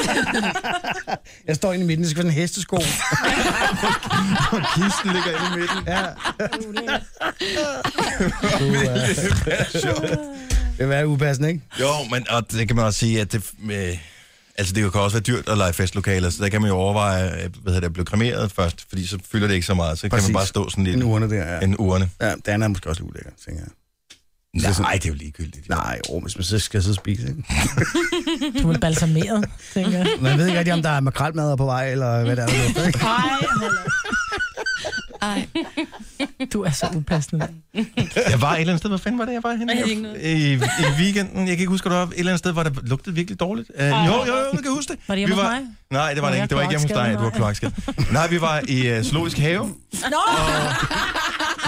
Jeg står inde i midten, det skal være sådan en hestesko. Kisten ligger inde i midten. Ja. det vil være upassende, ikke? Jo, men og det kan man også sige, at det... Øh, altså, det kan også være dyrt at lege festlokaler, så der kan man jo overveje, øh, hvad hedder det, at blive kremeret først, fordi så fylder det ikke så meget, så Præcis. kan Præcis. man bare stå sådan lidt... En urne der, ja. En urne. Ja, det andet er måske også lidt ulækkert, tænker jeg. Nej, det er jo ligegyldigt. Nej, oh, hvis man så skal sidde og spise, ikke? Du er balsameret, tænker jeg. Man ved ikke rigtig, om der er makrelmadder på vej, eller hvad der er. der lugter, ikke? Ej, Ej. du er så upassende. mand. Jeg var et eller andet sted, hvor fanden var det, jeg var henne? Jeg ved ikke noget. I, I weekenden, jeg kan ikke huske, hvor det var et eller andet sted, hvor det lugtede virkelig dårligt. Uh, jo, jo, jo, jeg kan huske det. Var det hjemme Vi hos mig? Nej, det var Var det ikke. jeg Det var ikke hjemme hos dig, det var kloakskade. Nej, vi var i uh, Zoologisk Have. Nå!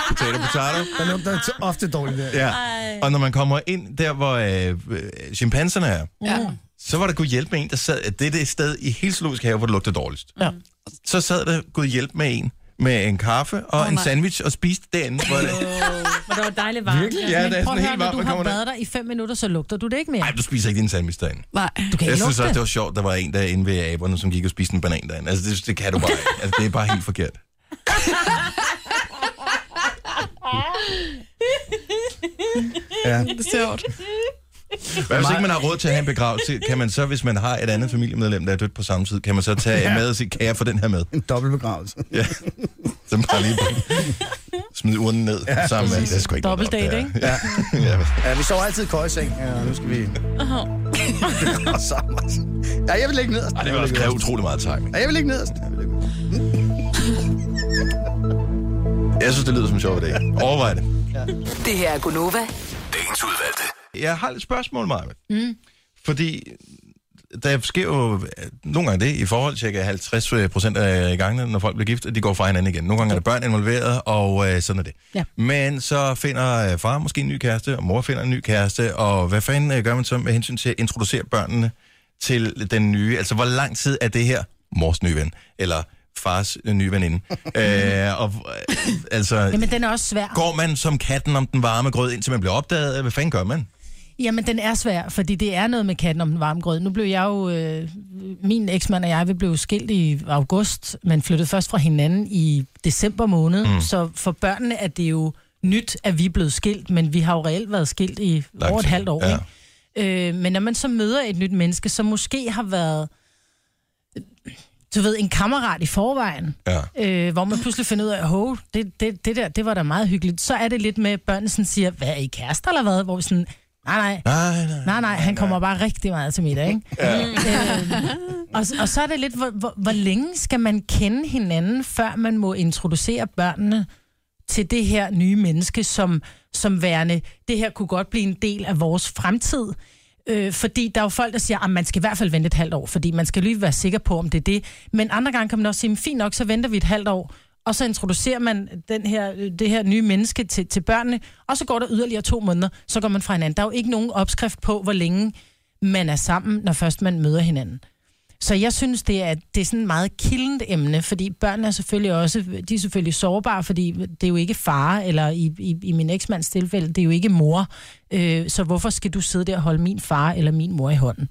Potato, potato. Der lugter t- ofte dårligt der. Ja. Og når man kommer ind der, hvor øh, øh, chimpanserne er, Ja. Mm. så var der gud hjælp med en, der sad, at det er det sted i hele zoologisk have, hvor det lugter dårligst. Ja. Så sad der gud hjælp med en, med en kaffe og Åh, en nej. sandwich og spiste derinde. Hvor det, Men det var dejligt varmt. Virkelig? Ja, det er Prøv sådan helt at høre, når varmt, du man har kommer der. været der i fem minutter, så lugter du det ikke mere. Nej, du spiser ikke din sandwich derinde. Nej. Du kan Jeg ikke synes lugte også, det det. var sjovt, der var en der inde ved aberne, som gik og spiste en banan derinde. Altså, det, det kan du bare ikke. Altså, det er bare helt forkert. Ja. Det er sjovt. Hvad hvis ikke man har råd til at have en begravelse, kan man så, hvis man har et andet familiemedlem, der er dødt på samme tid, kan man så tage med og sige, kan jeg få den her med? En dobbelt begravelse. Ja. Så bare lige smide urnen ned ja, sammen med. Det er sgu ikke noget, Dobbelt der er date, op der. Ja. ja. Ja, vi sover altid i køjeseng, ja, og nu skal vi... Åh. Og så Ja, jeg vil ligge nederst. Ej, det vil også kræve utrolig meget timing. Ja, jeg vil ligge nederst. Jeg synes, det lyder som en sjov idé. Overvej det. Det her er Gunova. Dagens udvalgte. Jeg har lidt spørgsmål, Maja. Mm. Fordi der sker jo øh, nogle gange det i forhold, cirka 50 øh, procent af gangene, når folk bliver gift, at de går fra hinanden igen. Nogle gange er der børn involveret, og øh, sådan er det. Ja. Men så finder øh, far måske en ny kæreste, og mor finder en ny kæreste, og hvad fanden øh, gør man så med hensyn til at introducere børnene til den nye? Altså, hvor lang tid er det her mors nye ven, eller fars øh, nye veninde? øh, og, øh, altså, Jamen, den er også svær. går man som katten om den varme grød, indtil man bliver opdaget? Hvad fanden gør man? Jamen, den er svær, fordi det er noget med katten om den varme grød. Nu blev jeg jo... Øh, min eksmand og jeg, vi blev skilt i august, men flyttede først fra hinanden i december måned. Mm. Mm. Så for børnene er det jo nyt, at vi er blevet skilt, men vi har jo reelt været skilt i Lang over et tid, halvt år. ja. Ja. Ikke? Øh, men når man så møder et nyt menneske, som måske har været øh, du ved, en kammerat i forvejen, ja. øh, hvor man pludselig finder ud af, hov, det, det, det der, det var da meget hyggeligt. Så er det lidt med, at børnene sådan siger, hvad er I kærester eller hvad? Hvor vi sådan, nej, nej, nej, nej, nej, nej han kommer bare rigtig meget til middag, ikke? Mm. Ja. øh, og, og så er det lidt, hvor, hvor, hvor længe skal man kende hinanden, før man må introducere børnene til det her nye menneske som, som værende, det her kunne godt blive en del af vores fremtid. Øh, fordi der er jo folk, der siger, at man skal i hvert fald vente et halvt år, fordi man skal lige være sikker på, om det er det. Men andre gange kan man også sige, "Men fint nok, så venter vi et halvt år, og så introducerer man den her, øh, det her nye menneske til, til børnene, og så går der yderligere to måneder, så går man fra hinanden. Der er jo ikke nogen opskrift på, hvor længe man er sammen, når først man møder hinanden. Så jeg synes, det er, det er sådan et meget kildent emne, fordi børn er selvfølgelig også, de er selvfølgelig sårbare, fordi det er jo ikke far, eller i, i, i min eksmands tilfælde, det er jo ikke mor. Øh, så hvorfor skal du sidde der og holde min far eller min mor i hånden?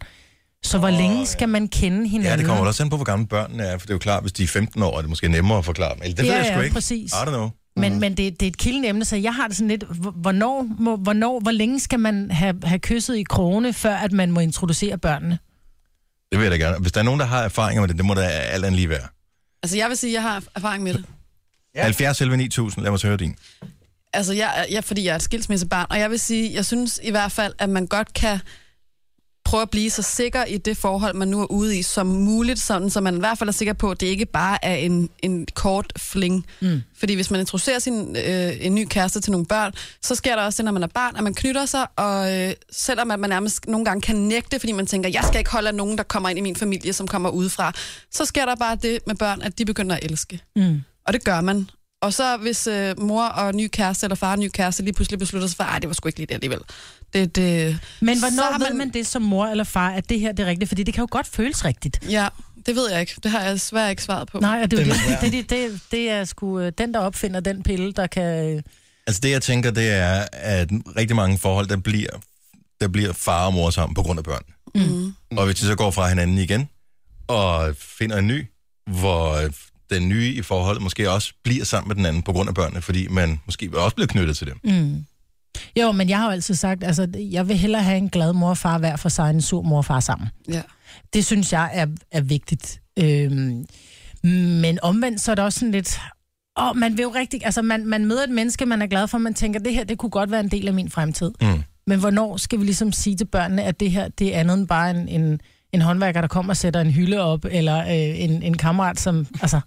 Så hvor oh, længe skal man kende hinanden? Ja, det kommer vel også an på, hvor gamle børnene er, for det er jo klart, hvis de er 15 år, er det måske nemmere at forklare dem. Eller det ved Ja, jeg sgu ja, ikke. præcis. I don't know. Mm. Men, men det, det er et kildende emne, så jeg har det sådan lidt, hvor- hvornår, må, hvornår, hvor længe skal man have, have kysset i krogene, før at man må introducere børnene? Det vil jeg da gerne. Hvis der er nogen, der har erfaringer med det, det må da alt andet lige være. Altså, jeg vil sige, at jeg har erfaring med det. Ja. 70 11 9000, lad mig så høre din. Altså, jeg, er- jeg, fordi jeg er et skilsmissebarn, og jeg vil sige, jeg synes i hvert fald, at man godt kan prøve at blive så sikker i det forhold, man nu er ude i, som muligt, sådan, så man i hvert fald er sikker på, at det ikke bare er en, en kort fling. Mm. Fordi hvis man introducerer sin, øh, en ny kæreste til nogle børn, så sker der også det, når man er barn, at man knytter sig, og øh, selvom at man nærmest nogle gange kan nægte, fordi man tænker, jeg skal ikke holde af nogen, der kommer ind i min familie, som kommer udefra, så sker der bare det med børn, at de begynder at elske. Mm. Og det gør man. Og så hvis øh, mor og ny kæreste, eller far og ny kæreste, lige pludselig beslutter sig for, at det var sgu ikke lige det alligevel. Det, det, Men så hvornår har man... ved man det som mor eller far, at det her det er rigtigt? Fordi det kan jo godt føles rigtigt. Ja, det ved jeg ikke. Det har jeg desværre ikke svaret på. Nej, og det er, jo Den det, er svær. det, det, det, det er sgu øh, den, der opfinder den pille, der kan... øh, Altså det, jeg tænker, det er, at rigtig mange forhold, der bliver, der bliver far og mor sammen på grund af børn. Mm. Og hvis de så går fra hinanden igen, og finder en ny, hvor den nye i forholdet måske også bliver sammen med den anden på grund af børnene, fordi man måske også bliver knyttet til dem. Mm. Jo, men jeg har jo altid sagt, altså, jeg vil hellere have en glad mor og far hver for sig, end en sur mor og far sammen. Ja. Det synes jeg er, er vigtigt. Øhm, men omvendt, så er det også sådan lidt... Åh, man vil jo rigtig... Altså, man, man møder et menneske, man er glad for, man tænker, det her, det kunne godt være en del af min fremtid. Mm. Men hvornår skal vi ligesom sige til børnene, at det her, det er andet end bare en, en, en håndværker, der kommer og sætter en hylde op, eller øh, en, en kammerat, som... Altså,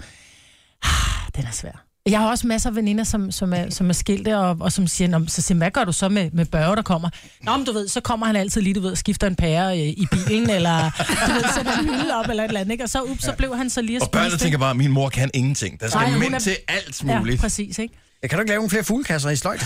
den er svær. Jeg har også masser af veninder, som, som, er, som er skilte, og, og som siger, "Nå, men så siger, hvad gør du så med, med børge, der kommer? Nå, men du ved, så kommer han altid lige, du ved, og skifter en pære øh, i bilen, eller du ved, sætter en hylde op, eller et eller andet, ikke? Og så, ups, så blev han så lige at Og børnene spise tænker bare, at min mor kan ingenting. Der skal Nej, Nej, hun mænd er- er... til alt Ja, muligt. præcis, ikke? Jeg kan du ikke lave nogle flere fuglekasser i sløjt?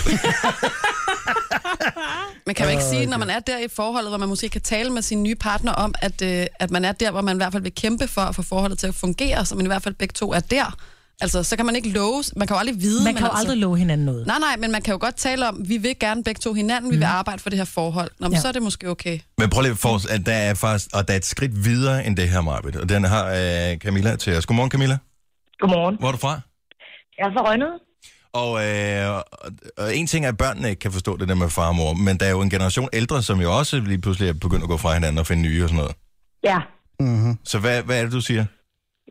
Men kan man ikke Åh, sige, okay. når man er der i forholdet, hvor man måske kan tale med sin nye partner om, at, øh, at man er der, hvor man i hvert fald vil kæmpe for at få forholdet til at fungere, så man i hvert fald begge to er der. Altså, så kan man ikke love, man kan jo aldrig vide. Man men kan jo altså, aldrig love hinanden noget. Nej, nej, men man kan jo godt tale om, vi vil gerne begge to hinanden, vi vil arbejde for det her forhold. Nå, men Mm. Ja. så er det måske okay. Men prøv lige at forestille, at der er faktisk, og der er et skridt videre end det her, Marbet. Og den har øh, Camilla til os. Godmorgen, Camilla. Godmorgen. Hvor er du fra? Jeg er fra Rønnet. Og, øh, og, og en ting er, at børnene ikke kan forstå det der med far og mor, men der er jo en generation ældre, som jo også lige pludselig er begyndt at gå fra hinanden og finde nye og sådan noget. Ja, Mhm. Mm-hmm. Så hvad, hvad er det, du siger?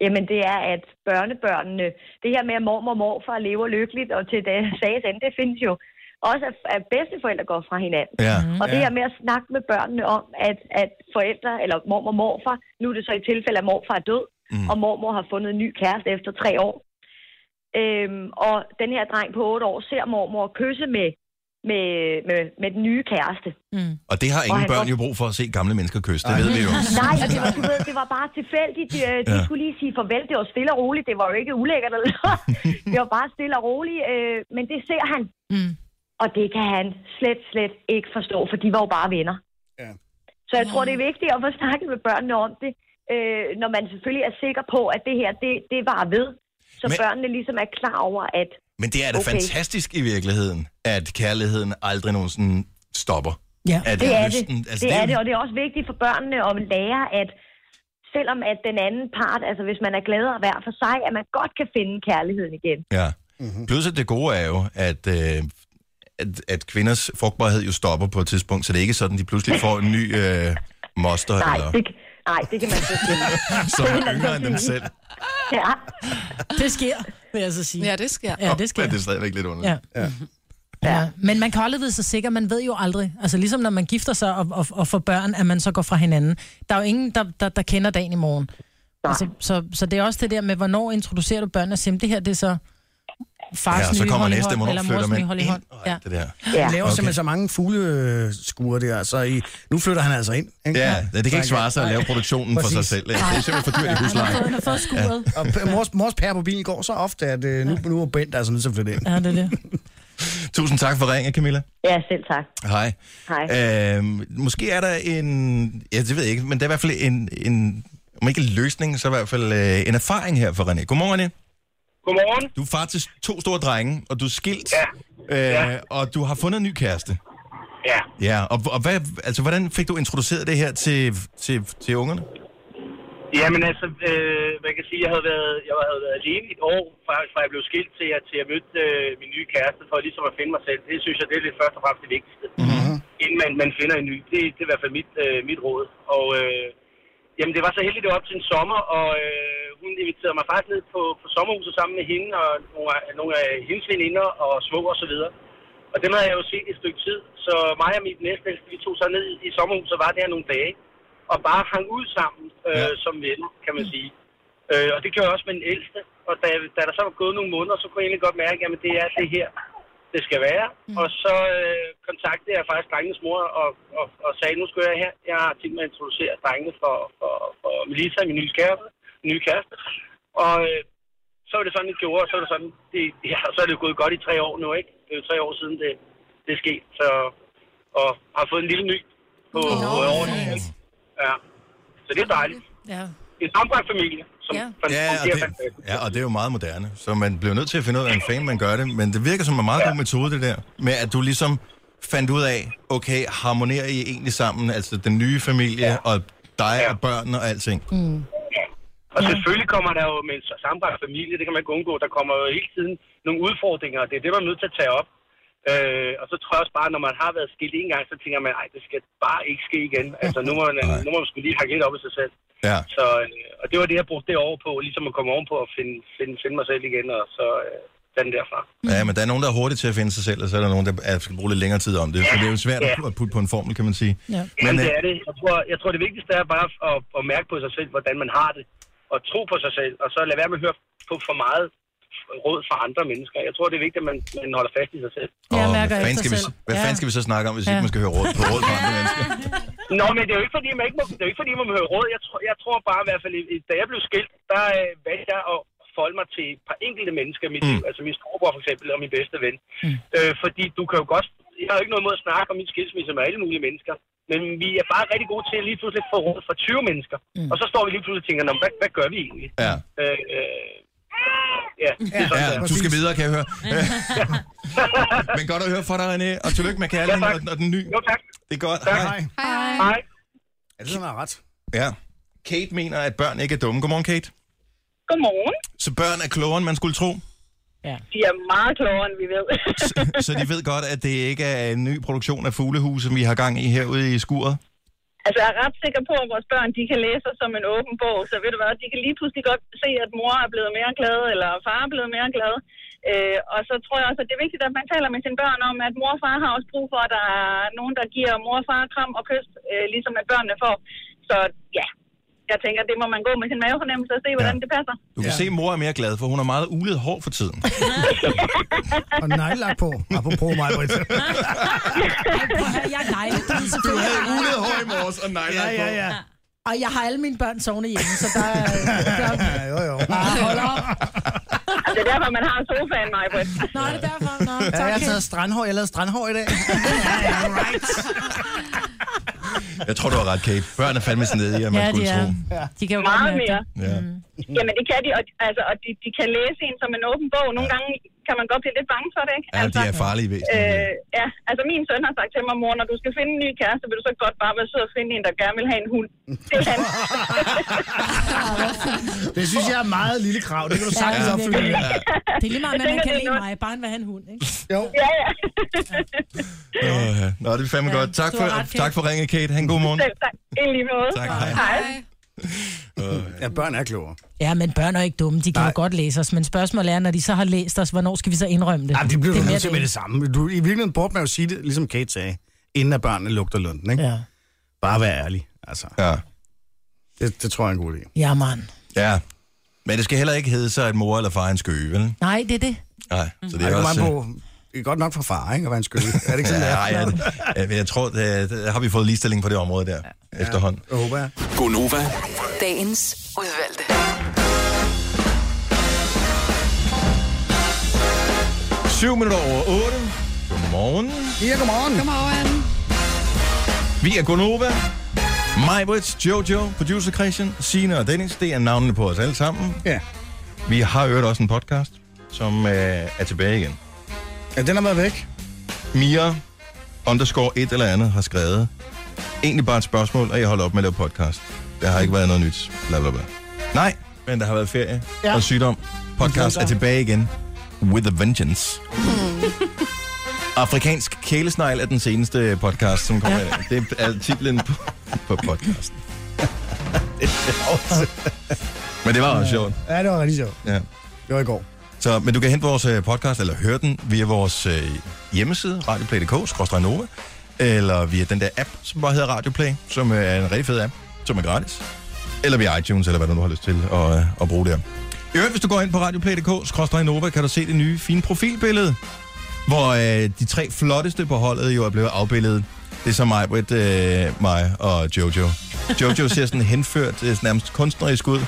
jamen det er, at børnebørnene, det her med, at mormor og morfar lever lykkeligt, og til det sagens ende, det findes jo. også at, at bedsteforældre går fra hinanden. Mm. Ja. Og det Ja. her med at snakke med børnene om, at, at forældre, eller mormor og morfar, nu er det så i tilfælde, at morfar er død, mm. og mormor har fundet en ny kæreste efter tre år. Øhm, og den her dreng på otte år ser mormor kysse med, med, med, med den nye kæreste. Mm. Og det har Og ingen han børn godt- jo brug for at se gamle mennesker kysse, det ved vi jo. Nej, det var, du ved, det var bare tilfældigt. De, øh, de Altså, Ja. ja. skulle lige sige farvel. Det var stille og roligt. Det var jo ikke ulækkert eller noget. Det var bare stille og roligt. Øh, men det ser han. Mm. Og det kan han slet, slet ikke forstå, for de var jo bare venner. Ja. Så jeg tror, det er vigtigt at få snakket med børnene om det, øh, når man selvfølgelig er sikker på, at det her, det, det var ved. Så Men- men... børnene ligesom er klar over, at... Men det er da Okay. okay. fantastisk i virkeligheden, at kærligheden aldrig nogensinde stopper. Ja, at det er lysten, det. Altså, det, er det, og det er også vigtigt for børnene at lære, at selvom at den anden part, altså hvis man er glad at være for sig, at man godt kan finde kærligheden igen. Ja. Mm-hmm. Plus at det gode er jo, at, øh, at, at kvinders frugtbarhed jo stopper på et tidspunkt, så det er ikke sådan, de pludselig får en ny øh, moster Nej, eller, det, nej, det kan man så sige. som er yngre end dem selv. Ja. Det sker, vil jeg så sige. Ja, det sker. Ja, det sker. Men det er stadigvæk lidt underligt. Ja. Ja. Men man kan aldrig vide sig sikker, man ved jo aldrig. Altså ligesom når man gifter sig og, og, og får børn, at man så går fra hinanden. Der er jo ingen, der, der, der kender dagen i morgen. Altså, så, så det er også det der med, hvornår introducerer du børn og siger, "Men det her det er så fars Ja, og så nye kommer hold i næste, hånd, hvornår eller mors flytter nye man hold i ind? hånd. Ja. Det der. Ja. Han laver Okay. okay. simpelthen så mange fugleskure der, så i, nu flytter han altså ind. Ikke? Ja, det kan ikke svare sig at lave produktionen for sig Præcis. selv. Ikke? Det er simpelthen for dyrt i huslejen. Ja. Og p- mors, mors pære på bilen går så ofte, at øh, nu, nu er Bent altså nødt til at flytte ind. Ja, det er det. Tusind tak for ringen, Camilla. ja, selv tak. Hej. Hej. Øhm, måske er der en, ja det ved jeg ikke, men der er i hvert fald en, en om ikke en løsning, så i hvert fald øh, en erfaring her for René. Godmorgen, René. Godmorgen. Du er far til to store drenge, og du er skilt, ja. Øh, ja. og du har fundet en ny kæreste. Ja. Ja, og, og hvad, altså, hvordan fik du introduceret det her til, til, til ungerne? Jamen altså, øh, man kan sige, jeg havde været, jeg havde været alene et år, fra, fra jeg blev skilt til, at, til jeg mødte øh, min nye kæreste, for ligesom at finde mig selv. Det synes jeg, det er lidt først og fremmest det vigtigste. Mm-hmm. Inden man, man finder en ny. Det, det er i hvert fald mit, øh, mit råd. Og øh, jamen, det var så heldigt, det var op til en sommer, og øh, hun inviterede mig faktisk ned på, på sommerhuset sammen med hende og nogle af, nogle af hendes veninder og svog og så videre. Og dem havde jeg jo set i et stykke tid, så mig og mit næstældste, vi tog så ned i sommerhuset, var der nogle dage, og bare hang ud sammen øh, ja. som venner, kan man sige. Øh, og det gjorde jeg også med den ældste, og da, da der så var gået nogle måneder, så kunne jeg egentlig godt mærke, at det er det her, det skal være. Mm. Og så øh, kontaktede jeg faktisk drengenes mor og, og, og sagde, nu skal jeg her, jeg har tænkt mig at introducere drengene for, for, for Melissa, min nye kæreste. Min nye kæreste. Og øh, så var det sådan, det gjorde, og så var det sådan, det, ja, så er det jo gået godt i tre år nu, ikke? Det er jo tre år siden, det, det er sket, så, og har fået en lille ny på, på året. Ja, så det er dejligt. Ja. En sammenbragt familie, som ja. Ja, og fungerer det, fantastisk. ja, og det er jo meget moderne, så man bliver nødt til at finde ud af, en fan man gør det. Men det virker som en meget god metode, det der, med at du ligesom fandt ud af, okay, harmonerer I egentlig sammen, altså den nye familie, ja. og dig ja. og børnene og alting. Mm. Og selvfølgelig kommer der jo med en sammenbragt familie, det kan man ikke undgå, der kommer jo hele tiden nogle udfordringer, og det er det, man er nødt til at tage op. Øh, og så tror jeg også bare, når man har været skilt en gang, så tænker man, nej, det skal bare ikke ske igen. Altså, nu må man, nu må man skulle lige hakke lidt op i sig selv. Ja. Så, øh, og det var det, jeg brugte det over på, ligesom at komme ovenpå og finde, finde, finde mig selv igen, og så øh, tage den derfra. Ja, men der er nogen, der er hurtige til at finde sig selv, og så er der nogen, der er- skal bruge lidt længere tid om det. For det er jo svært at pu- at putte på en formel, kan man sige. Ja. Men, Jamen, det øh, er det. Jeg tror, jeg tror, det vigtigste er bare at, at mærke på sig selv, hvordan man har det, og tro på sig selv, og så lade være med at høre på for meget råd fra andre mennesker. Jeg tror, det er vigtigt, at man, man holder fast i sig selv. og hvad, mærker fanden efter skal vi, selv. så- hvad Ja. fanden skal vi så snakke om, hvis Ja. ikke man skal høre råd på råd fra andre mennesker? Nå, men det er jo ikke fordi, man ikke må, det er jo ikke, fordi man må høre råd. Jeg tror, jeg tror bare i hvert fald, i- i- da jeg blev skilt, der øh, valgte jeg at folde mig til et par enkelte mennesker i mit Mm. mm. liv. Altså min storebror for eksempel, og min bedste ven. Mm. Øh, fordi du kan jo godt... Jeg har jo ikke noget imod at snakke om min skilsmisse med alle mulige mennesker. Men vi er bare rigtig gode til at lige pludselig få råd fra 20 mennesker. Mm. Og så står vi lige pludselig og tænker, "Nå, hvad, hvad gør vi egentlig? Ja. Øh, øh, ja, det er sådan, Ja, der. du skal videre, kan jeg høre. Men godt at høre fra dig, René, og tillykke med kærligheden og, den- og den nye. Jo, tak. Det er godt. Hej. Hej. Hej. Er det sådan, man har ret? Ja. Kate mener, at børn ikke er dumme. Godmorgen, Kate. Godmorgen. Så børn er klogere, end man skulle tro. De er meget klogere, end vi ved. Så de ved godt, at det ikke er en ny produktion af fuglehus, som vi har gang i herude i skuret. altså, jeg er ret sikker på, at vores børn, de kan læse os som en åben bog. Så ved du hvad, de kan lige pludselig godt se, at mor er blevet mere glad, eller far er blevet mere glad. Øh, og så tror jeg også, at det er vigtigt, at man taler med sine børn om, at mor og far har også brug for, at der er nogen, der giver mor og far kram og kys, øh, ligesom at børnene får. Så ja, jeg tænker, det må man gå med sin mavefornemmelse og se, hvordan ja. det passer. Du kan ja. se, at mor er mere glad, for hun har meget ulet hår for tiden. Og nejlagt på. Apropos mig, Britt. Jeg er nejlig. Du havde ulet hår i morges og nej, Ja, ja, ja. Og jeg har alle mine børn sovende hjemme, så der, der, Ja, jo, jo. der holder op. Altså, Det er derfor, man har sofaen, mig, Britt. Nå, er det derfor? Nå, Ja, jeg har taget strandhår. Jeg lavede strandhår i dag. Jeg tror, du har ret, Kate. Børn er fandme sådan nede i, at man Ja, skulle de tro. er. Mm. De kan jo godt Meget mærke mere. det. Ja. Mm. Jamen, det kan de, og, altså, og de, de kan læse en som en åben bog. Nogle gange kan man godt blive lidt bange for det, ikke? Ja, de er farlige væsener. Øh, ja, altså min søn har sagt til mig, mor, når du skal finde en ny kæreste, vil du så godt bare være sød og finde en, der gerne vil have en hund. Det er han. Det synes jeg er meget lille krav. Det kan du sagtens Ja. opfylde. Ja. Det er lige meget, Jeg hvad man tænker, kan det er lide noget- mig. Bare han vil have en hund, ikke? Jo. ja, ja. Åh, ja. Nå, det er fandme Ja, godt. Tak du for, har ret, Kate. tak for ringet, Kate. Ha' en god morgen. Selv tak. I lige måde. Tak, hej. hej. hej. Ja, børn er klogere. Ja, men børn er ikke dumme. De kan Nej. jo godt læse os. Men spørgsmålet er, når de så har læst os, hvornår skal vi så indrømme det? Ja, det bliver du er mere nødt til med det samme. Du, I virkeligheden burde man jo sige det, ligesom Kate sagde, inden at børnene lugter lunden, ikke? Ja. Bare vær ærlig, altså. Ja. Det, det tror jeg er en god idé. Ja, man. ja. Men det skal heller ikke hedde sig, at mor eller far er en skøge, vel? Nej, det er det. Nej, så det Mm. Det er er, også... øh, på, det er godt nok for far, ikke? At være en skølle. Er det ikke sådan, Ja, det er? ej, ja, det, ja, men jeg tror, det, det, har vi fået ligestilling på det område der, ja. efterhånden. Jeg håber jeg. Gonova. Dagens udvalgte. Syv minutter over otte. Godmorgen. Ja, godmorgen. Godmorgen. Vi er Gonova. Majbrits, Jojo, producer Christian, Sina og Dennis. Det er navnene på os alle sammen. Ja. Vi har øvrigt også en podcast, som øh, er tilbage igen. ja, den har været væk. Mia underscore et eller andet har skrevet. Egentlig bare et spørgsmål, og jeg holder op med at lave podcast. Der har ikke været noget nyt. Bla, bla, bla. Nej, men der har været ferie ja. og sygdom. Podcast er tilbage igen. With a vengeance. Hmm. Afrikansk kælesnegl er den seneste podcast, som kommer ja. Det er titlen på, på podcasten. Men det var også sjovt. Ja, det var rigtig sjovt. Ja. Det var i går. Så, men du kan hente vores øh, podcast, eller høre den via vores øh, hjemmeside, radioplay.dk, Nova, eller via den der app, som bare hedder Radioplay, som øh, er en rigtig fed app, som er gratis. Eller via iTunes, eller hvad du nu har lyst til at, øh, at bruge der. I øvrigt, hvis du går ind på radioplay.dk, Nova, kan du se det nye fine profilbillede, hvor øh, de tre flotteste på holdet jo er blevet afbildet. Det er så mig, Britt, øh, mig og Jojo. Jojo ser sådan henført, øh, nærmest kunstnerisk ud.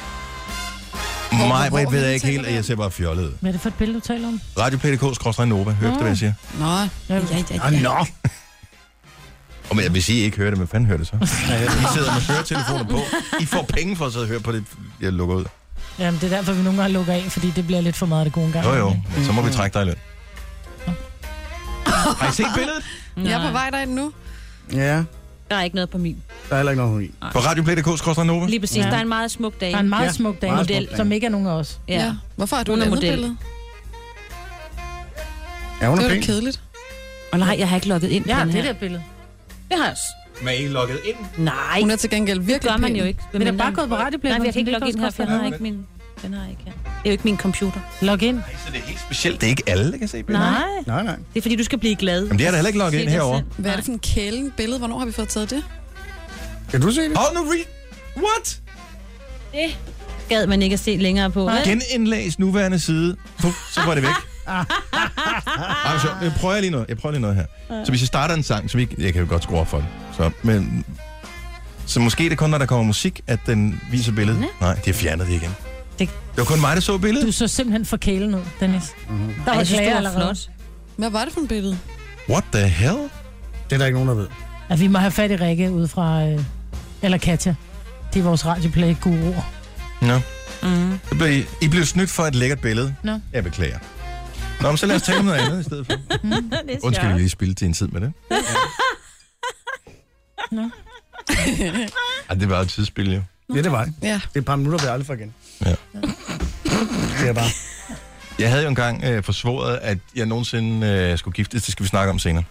Mig, Britt, ved jeg ikke helt, at jeg ser bare fjollet ud. Hvad er det for et billede, du taler om? Radioplay.dk-nova. Hørte Mm. du, hvad jeg siger? Nå, Ja, ja, Ah, ja. nå. Og men jeg vil sige, I ikke hører det, men fanden hører det så? I sidder med høretelefoner på. I får penge for at sidde og høre på det, jeg lukker ud. Jamen, det er derfor, vi nogle gange lukker af, fordi det bliver lidt for meget af det gode engang. Jo jo, men så må vi trække dig i løn. Har I set billedet? Jeg er på vej derind nu. Ja, Der er ikke noget på min. der er heller ikke noget hun i. På radioplay.dk-nova? Lige præcis, Ja. ja. der er en meget smuk dag. Der er en meget Ja, ja, smuk dame, meget smuk model, dame. som ikke er nogen af os. Ja. ja. Hvorfor har du Hun er lavet model. billedet? Ja, hun Det er var da pæn. kedeligt. Og nej, jeg har ikke logget ind på Ja, den det her. der billede. Det har jeg også. Men I logget ind? Nej, Hun er til gengæld det virkelig gør man pæn. jo ikke. Men der er bare gået på Nej, radioblæden. men jeg kan ikke logge ind her, for jeg har ikke min... Den har jeg ikke her. Det er jo ikke min computer. Log ind. Nej, så det er helt specielt. Det er ikke alle, der kan se billedet. Nej. Nej, nej. Det er fordi, du skal blive glad. Jamen, det er da heller ikke logget Se ind dig herovre. selv. Hvad er det for en kælen billede? Hvornår har vi fået taget det? Kan du se det? Hold nu re- What? Det gad man ikke at se længere på. vel? Genindlæs nuværende side. Puh, så var det væk. Ej, så, jeg prøver lige noget. Jeg prøver lige noget her. Så hvis jeg starter en sang, så vi, jeg kan jo godt skrue op for den. Så, men, så måske er det kun, når der kommer musik, at den viser billedet. Nej, de har fjernet det igen. Det- Det var kun mig, der så Du billedet. så simpelthen for kælen ud, Dennis. Der Ej, var jeg synes, det klager var allerede. flot. Hvad var det for et billede? What the hell? Det er der ikke nogen, der ved. Ja, vi må have fat i Rikke ude fra... Øh, eller Katja. Det er vores radioplay-guruer. Nå. Mm. Så blev I, I blev snydt for et lækkert billede. Nå. Jeg beklager. Nå, men så lad os tale om noget andet i stedet for. Det er Undskyld, vi sjovt. lige spilde din tid med det. Ja. Nå. Ej, det var et tidsspil, jo. Ja, det var det. Ja. Det er et par minutter, vi aldrig får igen. Ja. Det er bare. Jeg havde jo engang øh, forsvoret, at jeg nogensinde øh, skulle giftes. Det skal vi snakke om senere.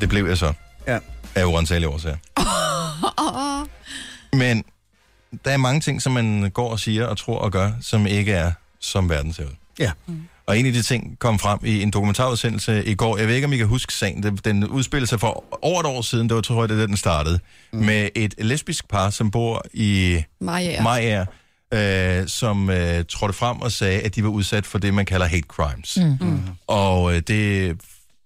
Det blev jeg så. Ja. Af uansagelige årsager. Åh, Men der er mange ting, som man går og siger og tror og gør, som ikke er, som verden ser ud. Ja. Og en af de ting kom frem i en dokumentarudsendelse i går. Jeg ved ikke, om I kan huske sagen. Den- Den udspillede sig for over et år siden. Det var, tror jeg, det er der, den startede. Mm. Med et lesbisk par, som bor i Maja. Maja, øh, som øh, trådte frem og sagde, at de var udsat for det, man kalder hate crimes. Mm. Mm. Og øh, det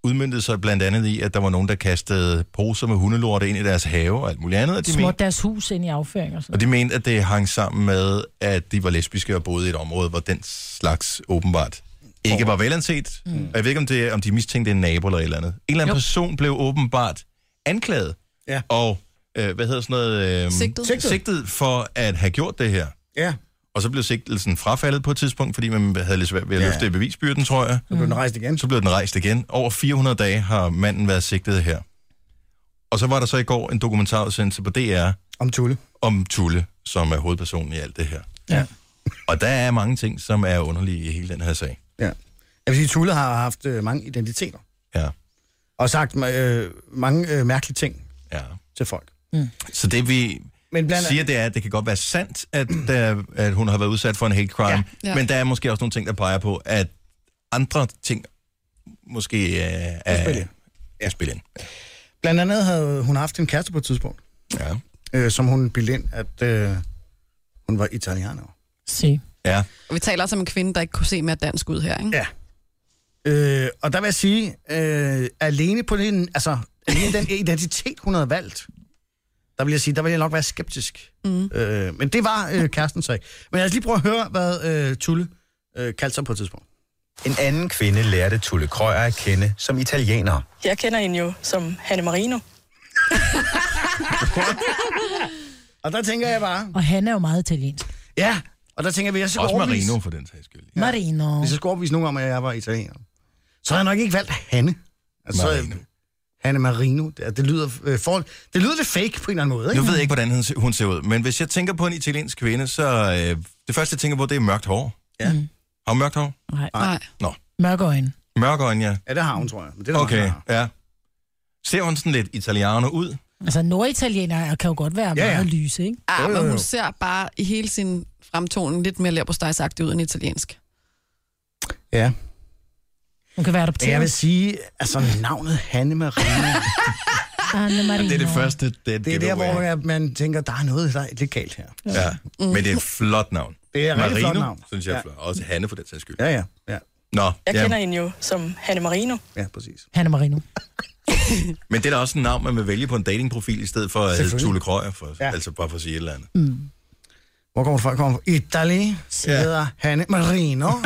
udmyndtede sig blandt andet i, at der var nogen, der kastede poser med hundelorte ind i deres have og alt muligt andet. Og de, Smurt mente, deres hus ind i afføring og sådan og de mente, at det hang sammen med, at de var lesbiske og boede i et område, hvor den slags åbenbart ikke var velanset. Mm. Og jeg ved ikke, om, det, om de mistænkte en nabo eller et eller andet. En eller anden Jo. person blev åbenbart anklaget ja. og, øh, hvad hedder sådan noget... Øh, Sigtet. Sigtet. sigtet for at have gjort det her. Ja. Og så blev sigtelsen frafaldet på et tidspunkt, fordi man havde lidt svært ved at Ja. løfte bevisbyrden, tror jeg. Så blev den rejst igen. Så blev den rejst igen. Over 400 dage har manden været sigtet her. Og så var der så i går en dokumentarudsendelse på DR. Om Tulle. Om Tulle, som er hovedpersonen i alt det her. Ja. Og der er mange ting, som er underlige i hele den her sag. Ja. Jeg vil sige, Tulle har haft øh, mange identiteter. Ja. Og sagt øh, mange øh, mærkelige ting ja. til folk. Mm. Så det vi Men men blandt- blandt... siger, det er, at det kan godt være sandt, at, der, at hun har været udsat for en hate crime, ja. Ja. Ja. men der er måske også nogle ting, der peger på, at andre ting måske øh, er, spil ind. er, er spil ind. Blandt andet havde hun haft en kæreste på et tidspunkt, Ja. øh, som hun bildte ind, at øh, hun var italiener. Se. Ja. Og vi taler også om en kvinde, der ikke kunne se mere dansk ud her, ikke? Ja. Øh, og der vil jeg sige, øh, alene på den, altså, alene den identitet, hun havde valgt, der vil jeg sige, der vil jeg nok være skeptisk. Mm. Øh, men det var øh, kæresten så ikke. Men lad os lige prøve at høre, hvad øh, Tulle øh, kaldte sig på et tidspunkt. En anden kvinde lærte Tulle Krøyer at kende som italiener. Jeg kender hende jo som Hanne Marino. Og der tænker jeg bare... Og han er jo meget italiensk. Ja, og der tænker vi, jeg skal Også overbevise- Marino for den sags skyld. Ja. Marino. Hvis jeg skulle overbevise nogen om, at jeg var italiener, så havde jeg nok ikke valgt Hanne. Altså, Marino. Hanne Marino. Det, det, lyder, øh, for, det lyder lidt fake på en eller anden måde. Ikke? Nu ved jeg ikke, hvordan hun se- hun ser ud, men hvis jeg tænker på en italiensk kvinde, så øh, det første, jeg tænker på, det er mørkt hår. Ja. Mm. Har hun mørkt hår? Nej. Nej. Nå, Mørke øjne. mørke øjne, ja. Ja, det har hun, tror jeg. Men det er der mange, Okay, der har. ja. Ser hun sådan lidt italiano ud? Altså, norditalienere kan jo godt være ja, Ja, ja. meget lyse, ikke? Jo, Ah, jo, men jo. hun ser bare i hele sin fremtoning lidt mere lærbostejsagtig ud end italiensk. Ja. Hun kan være der på Jeg vil sige, altså navnet Hanne Marino. Anne Marino. det Det er der, hvor man, man tænker, der er noget, der er lidt galt her. Ja, men det er et flot navn. Mm. Det er et rigtig Marino, flot navn. synes jeg Ja. er flot. Også Hanne for den sags skyld. Ja, ja. ja. Nå, Jeg ja. kender hende jo som Hanne Marino. Ja, præcis. Hanne Marino. Men det er da også en navn, man vil vælge på en datingprofil, i stedet for at hedde Selvfølgelig. Tulle Krøyer, for, Ja. ja. altså bare for at sige et eller andet. Mm. Hvor kommer du fra? Jeg Kommer fra Italy. Så Ja. hedder Hanne Marino.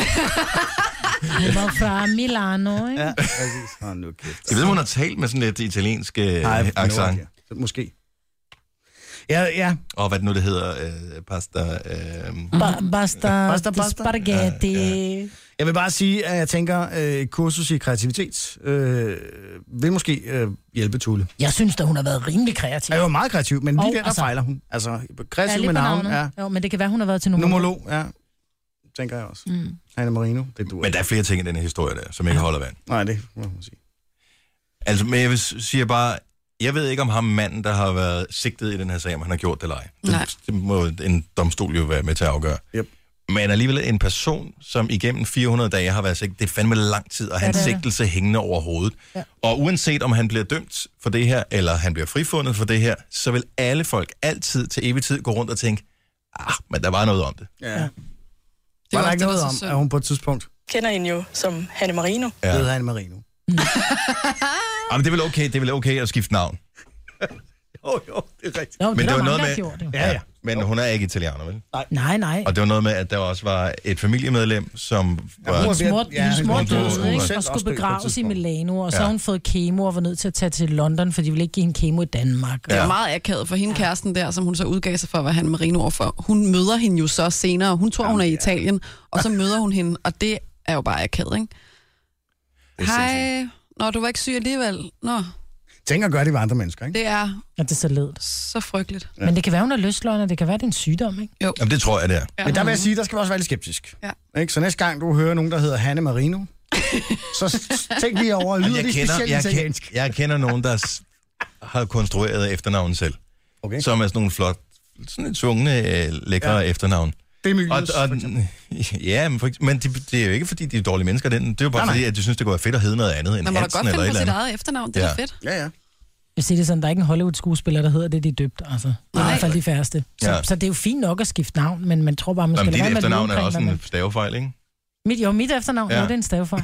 Hun var fra Milano, ikke? ja, præcis. Hold nu kæft. Jeg ved, om hun har talt med sådan lidt italiensk øh, Nej, accent. no, ja. Måske. Ja, ja. Og hvad det nu, det hedder? Øh, pasta... Øh, øhm. Ba- basta, Basta, basta, basta. basta. spaghetti. Ja, ja. Jeg vil bare sige, at jeg tænker, øh, et kursus i kreativitet øh, vil måske øh, hjælpe Tulle. Jeg synes da, hun har været rimelig kreativ. Jeg er jo meget kreativ, men lige Og der, der altså- fejler hun. Altså, Ja, kreativ lige med på navn, ja. navnet. Jo, men det kan være, hun har været til nummer. Nomolog, ja. Tænker jeg også. Mm. Hanne Marino, det du. Men der er flere ting i den her historie der, som ikke holder vand. Nej, det må man sige. Altså, men jeg vil s- siger bare, jeg ved ikke om ham manden, der har været sigtet i den her sag, om han har gjort det eller ej. Nej. Det, det må en domstol jo være med til at afgøre. Yep. Men alligevel en person, som igennem 400 dage har været sigtet, det er fandme lang tid at have en det er det. sigtelse hængende over hovedet. Ja. Og uanset om han bliver dømt for det her, eller han bliver frifundet for det her, så vil alle folk altid til evig tid gå rundt og tænke, ah, men der var noget om det. Ja. Det var var også der ikke det, noget der er om, så synd. at hun på et tidspunkt Kender hende jo som Hanne Marino. Ja. hed Hanne Marino. Jamen, det er vel okay, det er vel okay at skifte navn. Jo, jo, det er rigtigt. Jo, Men det, var noget med... mange, der har gjort, jo. ja, ja. Men hun er ikke italiener, vel? Nej, nej. Og det var noget med, at der også var et familiemedlem, som var... Hun smurt, ja, ja, smurt hun- døde, hun- ikke? Og skulle begraves i Milano, og så Ja. har hun fået kemo og var nødt til at tage til London, for de ville ikke give hende kemo i Danmark. Det var meget akavet for hende ja. kæresten der, som hun så udgav sig for at være han Marino overfor. Hun møder hende jo så senere. Hun tror, hun er i Italien, og så møder hun hende, og det er jo bare akavet, ikke? Hej. Nå, du var ikke syg alligevel. Nå, Tænk at gøre det ved andre mennesker, ikke? det er Ja, det er så ledt. så frygteligt. Ja. Men det kan være, hun er løsløgner, det kan være, det er en sygdom, ikke? Jo. Jamen, det tror jeg, det er. Men der vil jeg sige, der skal man også være lidt skeptisk. Ja. Ikke? Så næste gang, du hører nogen, der hedder Hanne Marino, så s- tænk lige over, lyder jeg det kender, specielt jeg, italiensk? kender, jeg kender nogen, der s- har konstrueret efternavn selv. Okay. Som er sådan nogle flot, sådan et tvungne, øh, lækre ja. efternavn. Det er Mylius, og, og, Ja, men, for, ekse- men det, det er jo ikke, fordi de er dårlige mennesker. Den. Det er jo bare Nej, nej. fordi, at de synes, det kunne være fedt at hedde noget andet end Man må da Hansen godt eller finde et på eller sit andet. eget efternavn, det er da Ja. fedt. Ja, ja. Jeg siger det sådan, der er ikke en Hollywood-skuespiller, der hedder det, de er døbt. Altså. Det er i hvert fald de færreste. Så, Ja. ja. så det er jo fint nok at skifte navn, men man tror bare, man Nå, skal men lade dit være med at lyve efternavn er omkring, også hvad man- en stavefejl, ikke? Mit, jo, mit efternavn, Ja. ja. jo, det er en stavefejl.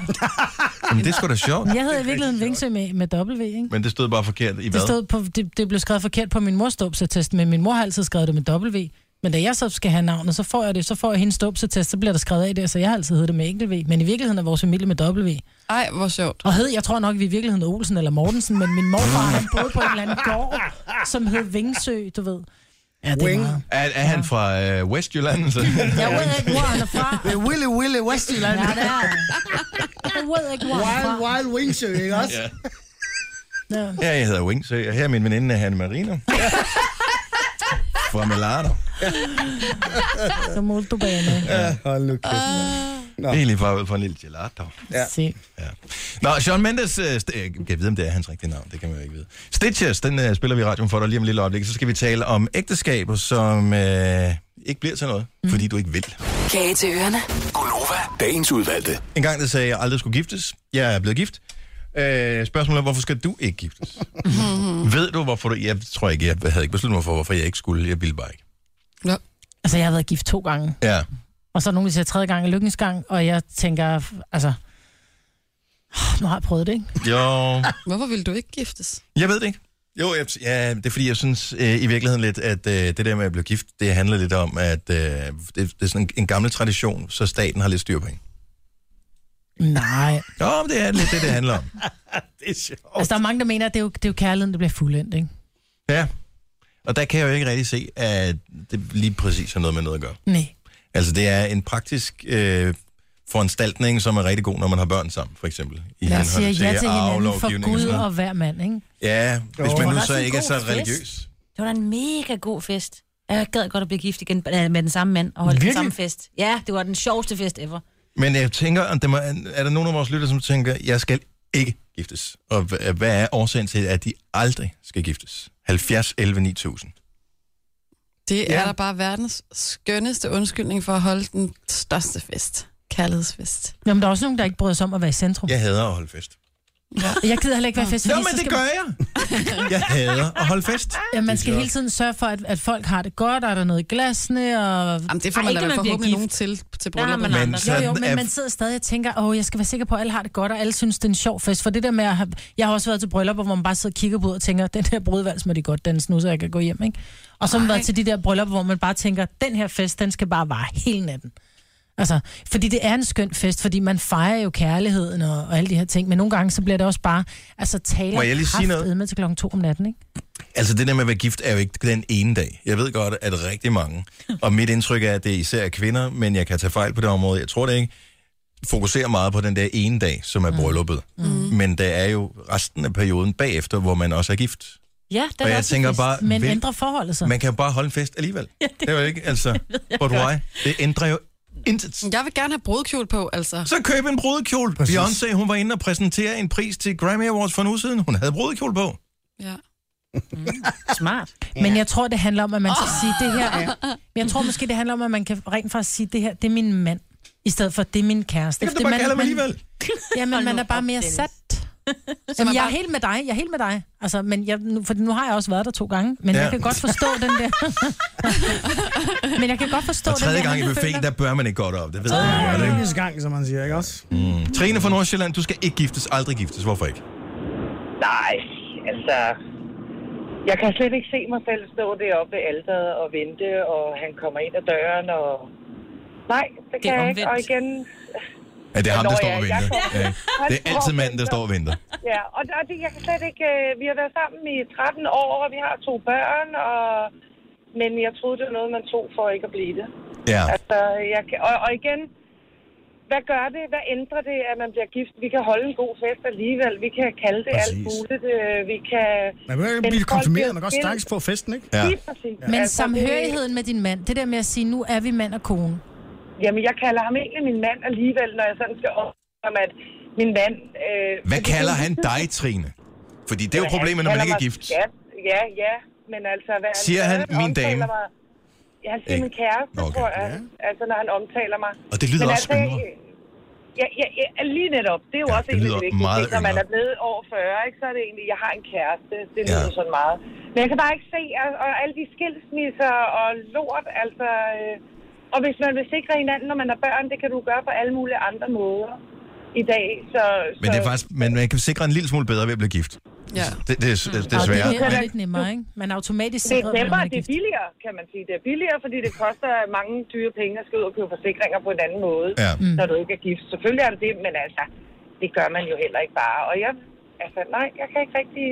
Men det er sgu da sjovt. Men Jeg hedder i virkeligheden Vingsø med, med W, ikke? Men det stod bare forkert i Det, hvad? stod på, det, det blev skrevet forkert på min mors dåbsattest, men min mor har altid skrevet det med W. Men da jeg så skal have navnet, så får jeg det, så får jeg hendes dåbsattest, så bliver der skrevet af der, så jeg har altid heddet det med enkelt V. Men i virkeligheden er vores familie med W. Ej, hvor sjovt. Og hed, jeg tror nok, vi i virkeligheden er Olsen eller Mortensen, men min morfar, han boede på en eller anden gård, som hed Vingsø, du ved. Ja, det er Wing. meget. Er, er han fra øh, Westjylland? Så? Jeg ved ikke, hvor han er fra. Det er Willy Willy Westjylland. Ja, det er han. Jeg ved ikke, hvor han er Wild fra. Wild Wingsø, ikke også? Ja. Ja. Ja, jeg hedder Wings, og her er min veninde Hanne Marino. Fra Melano. Så målte du bane. Ja, Ah. hold nu kæft. Det er lige bare ud for en lille gelato. Ja. Se. Nå, Sean Mendes, øh, st- øh, kan jeg vide, om det er hans rigtige navn? Det kan man jo ikke vide. Stitches, den øh, spiller vi i radioen for dig lige om et lille øjeblik. Så skal vi tale om ægteskaber, som øh, ikke bliver til noget, mm. fordi du ikke vil. Kage til ørerne. Gunova, dagens udvalgte. En gang der sagde jeg, at jeg aldrig skulle giftes. Jeg er blevet gift. Øh, spørgsmålet er, hvorfor skal du ikke giftes? Ved du, hvorfor du... Jeg tror ikke, jeg havde ikke besluttet mig for, hvorfor jeg ikke skulle. Jeg ville bare ikke. Altså, jeg har været gift to gange. Ja. Og så er der nogen, der siger tredje gang er lykkens gang, og jeg tænker, altså... Nu har jeg prøvet det, ikke? Jo. Hvorfor vil du ikke giftes? Jeg ved det ikke. Jo, jeg, ja, det er fordi, jeg synes øh, i virkeligheden lidt, at øh, det der med at blive gift, det handler lidt om, at øh, det, det er sådan en, en gammel tradition, så staten har lidt styr på en. Nej. Jo, men det er lidt det, det handler om. det er sjovt. Altså, der er mange, der mener, at det er jo, det er jo kærligheden, der bliver fuldendt, ikke? Ja. Og der kan jeg jo ikke rigtig se, at det lige præcis har noget med noget at gøre. Nej. Altså, det er en praktisk øh, foranstaltning, som er rigtig god, når man har børn sammen, for eksempel. I Jeg henhold siger ja til hinanden arvelovgivning for og Gud sådan noget. og hver mand, ikke? Ja, hvis Jo. man Det nu var så også en ikke er god så fest. religiøs. Det var da en mega god fest. Jeg gad godt at blive gift igen øh, med den samme mand og holde den Virkelig? samme fest. Ja, det var den sjoveste fest ever. Men jeg tænker, at der må, er der nogen af vores lytter, som tænker, jeg skal ikke giftes? Og hva- hvad er årsagen til, at de aldrig skal giftes? 70, 11, 9000. Det er Ja. da bare verdens skønneste undskyldning for at holde den største fest. Kærlighedsfest. Jamen, der er også nogen, der ikke bryder sig om at være i centrum. Jeg hader at holde fest. Jeg gider heller ikke være i fest, Nå, fordi men så det skal gør man- jeg. Jeg hader at holde fest. Ja, man Det skal gør- hele tiden sørge for, at, at folk har det godt, og der er noget i glasene, og... Jamen, det får man da forhåbentlig nogen til, til brylluppet. Nej, Men men, jo, sådan jo, men er- man sidder stadig og tænker, åh, jeg skal være sikker på, at alle har det godt, og alle synes, det er en sjov fest. For det der med, at have, jeg har også været til bryllupper, hvor man bare sidder og kigger på ud og tænker, den her brudvals må de godt danse nu, så jeg kan gå hjem, ikke? Og så har man været til de der bryllupper, hvor man bare tænker, den her fest, den skal bare vare hele natten. Altså, fordi det er en skøn fest, fordi man fejrer jo kærligheden og, og alle de her ting, men nogle gange så bliver det også bare, altså taler Må jeg lige sige noget? med til klokken to om natten, ikke? Altså det der med at være gift er jo ikke den ene dag. Jeg ved godt, at rigtig mange, og mit indtryk er, at det især er kvinder, men jeg kan tage fejl på det område, jeg tror det ikke, fokuserer meget på den der ene dag, som er brylluppet. Mm. Men der er jo resten af perioden bagefter, hvor man også er gift. Ja, den Og jeg tænker bare, Men hvem- ændrer forholdet sig. Man kan jo bare holde en fest alligevel. Ja, det, det er jo ikke, altså, but why? Det ændrer jo intet. Jeg vil gerne have brudekjole på, altså. Så køb en brudekjole. Beyoncé, hun var inde og præsentere en pris til Grammy Awards for en uge siden. Hun havde brudekjole på. Ja. Smart. Men jeg tror, det handler om, at man skal sige, det her er... Men jeg tror måske, det handler om, at man kan rent faktisk sige, det her, det er min mand, i stedet for, det er min kæreste. Det kan du Fordi bare man- kalde ham man- alligevel. Jamen, Hold man nu er bare op, mere Dennis. sat. man Jamen, jeg er bare- helt med dig, jeg er helt med dig. Altså, men jeg, nu, for nu har jeg også været der to gange, men Ja. ja. jeg kan godt forstå den der... men jeg kan godt forstå Og tredje den der... gang i buffeten, der bør man ikke godt op. Det ved jeg godt, ikke? Lykkes gang, som man siger, ikke også? Mm. Trine fra Nordsjælland, du skal ikke giftes, aldrig giftes. Hvorfor ikke? Nej, altså... Jeg kan slet ikke se mig selv stå deroppe ved alderet og vente, og han kommer ind ad døren, og... Nej, det Det kan er jeg ikke. Og omvendt. igen... Ja, det er ham, der Nå, står ja, og jeg venter. kommer- Ja. Det er altid manden, der står og venter. Ja, og der, er det, jeg kan slet ikke... øh, Vi har været sammen i 13 år, og vi har to børn, og... Men jeg troede, det var noget, man tog for ikke at blive det. Ja. Altså, jeg kan... og, og igen, hvad gør det? Hvad ændrer det, at man bliver gift? Vi kan holde en god fest alligevel. Vi kan kalde det alt Præcis. muligt. øh, Vi kan... Man behøver ikke Men blive folk konfirmeret, bliver man kan også skilt. stakkes på festen, ikke? Lige præcis. Men Altså, samhørigheden med din mand, det der med at sige, nu er vi mand og kone. det- Jamen, jeg kalder ham egentlig min mand alligevel, når jeg sådan skal op om, at min mand... Øh, Hvad fordi- kalder han dig, Trine? Fordi det er jo Han problemet, når man kalder ikke mig er gift. skat. Ja, ja, men altså... Hvad Siger han, omtaler "Min dame"? mig- Jeg siger min kæreste, okay. tror jeg. Altså, når han omtaler mig. Og det lyder Men også yngre. jeg- Ja, ja, ja, lige netop. Det er jo ja, også det en af lyder de vigtige meget ting, når man yngre. er blevet over 40, ikke, så er det egentlig, jeg har en kæreste. Det lyder ja. sådan meget. Men jeg kan bare ikke se, og, og alle de skilsmisser og lort, altså... Øh, og hvis man vil sikre hinanden, når man har børn, det kan du gøre på alle mulige andre måder i dag. Så, Men så, det er faktisk, man, man kan sikre en lille smule bedre ved at blive gift. Ja. Det, det, er, det er Og det svært. her er men- lidt nemmere, ikke? Man er automatisk Det sikret, er når nemmere, man er det er gift. billigere, kan man sige. Det er billigere, fordi det koster mange dyre penge at skulle ud og købe forsikringer på en anden måde, Ja. mm. når du ikke er gift. Selvfølgelig er det det, men altså, det gør man jo heller ikke bare. Og jeg, altså, nej, jeg kan ikke rigtig...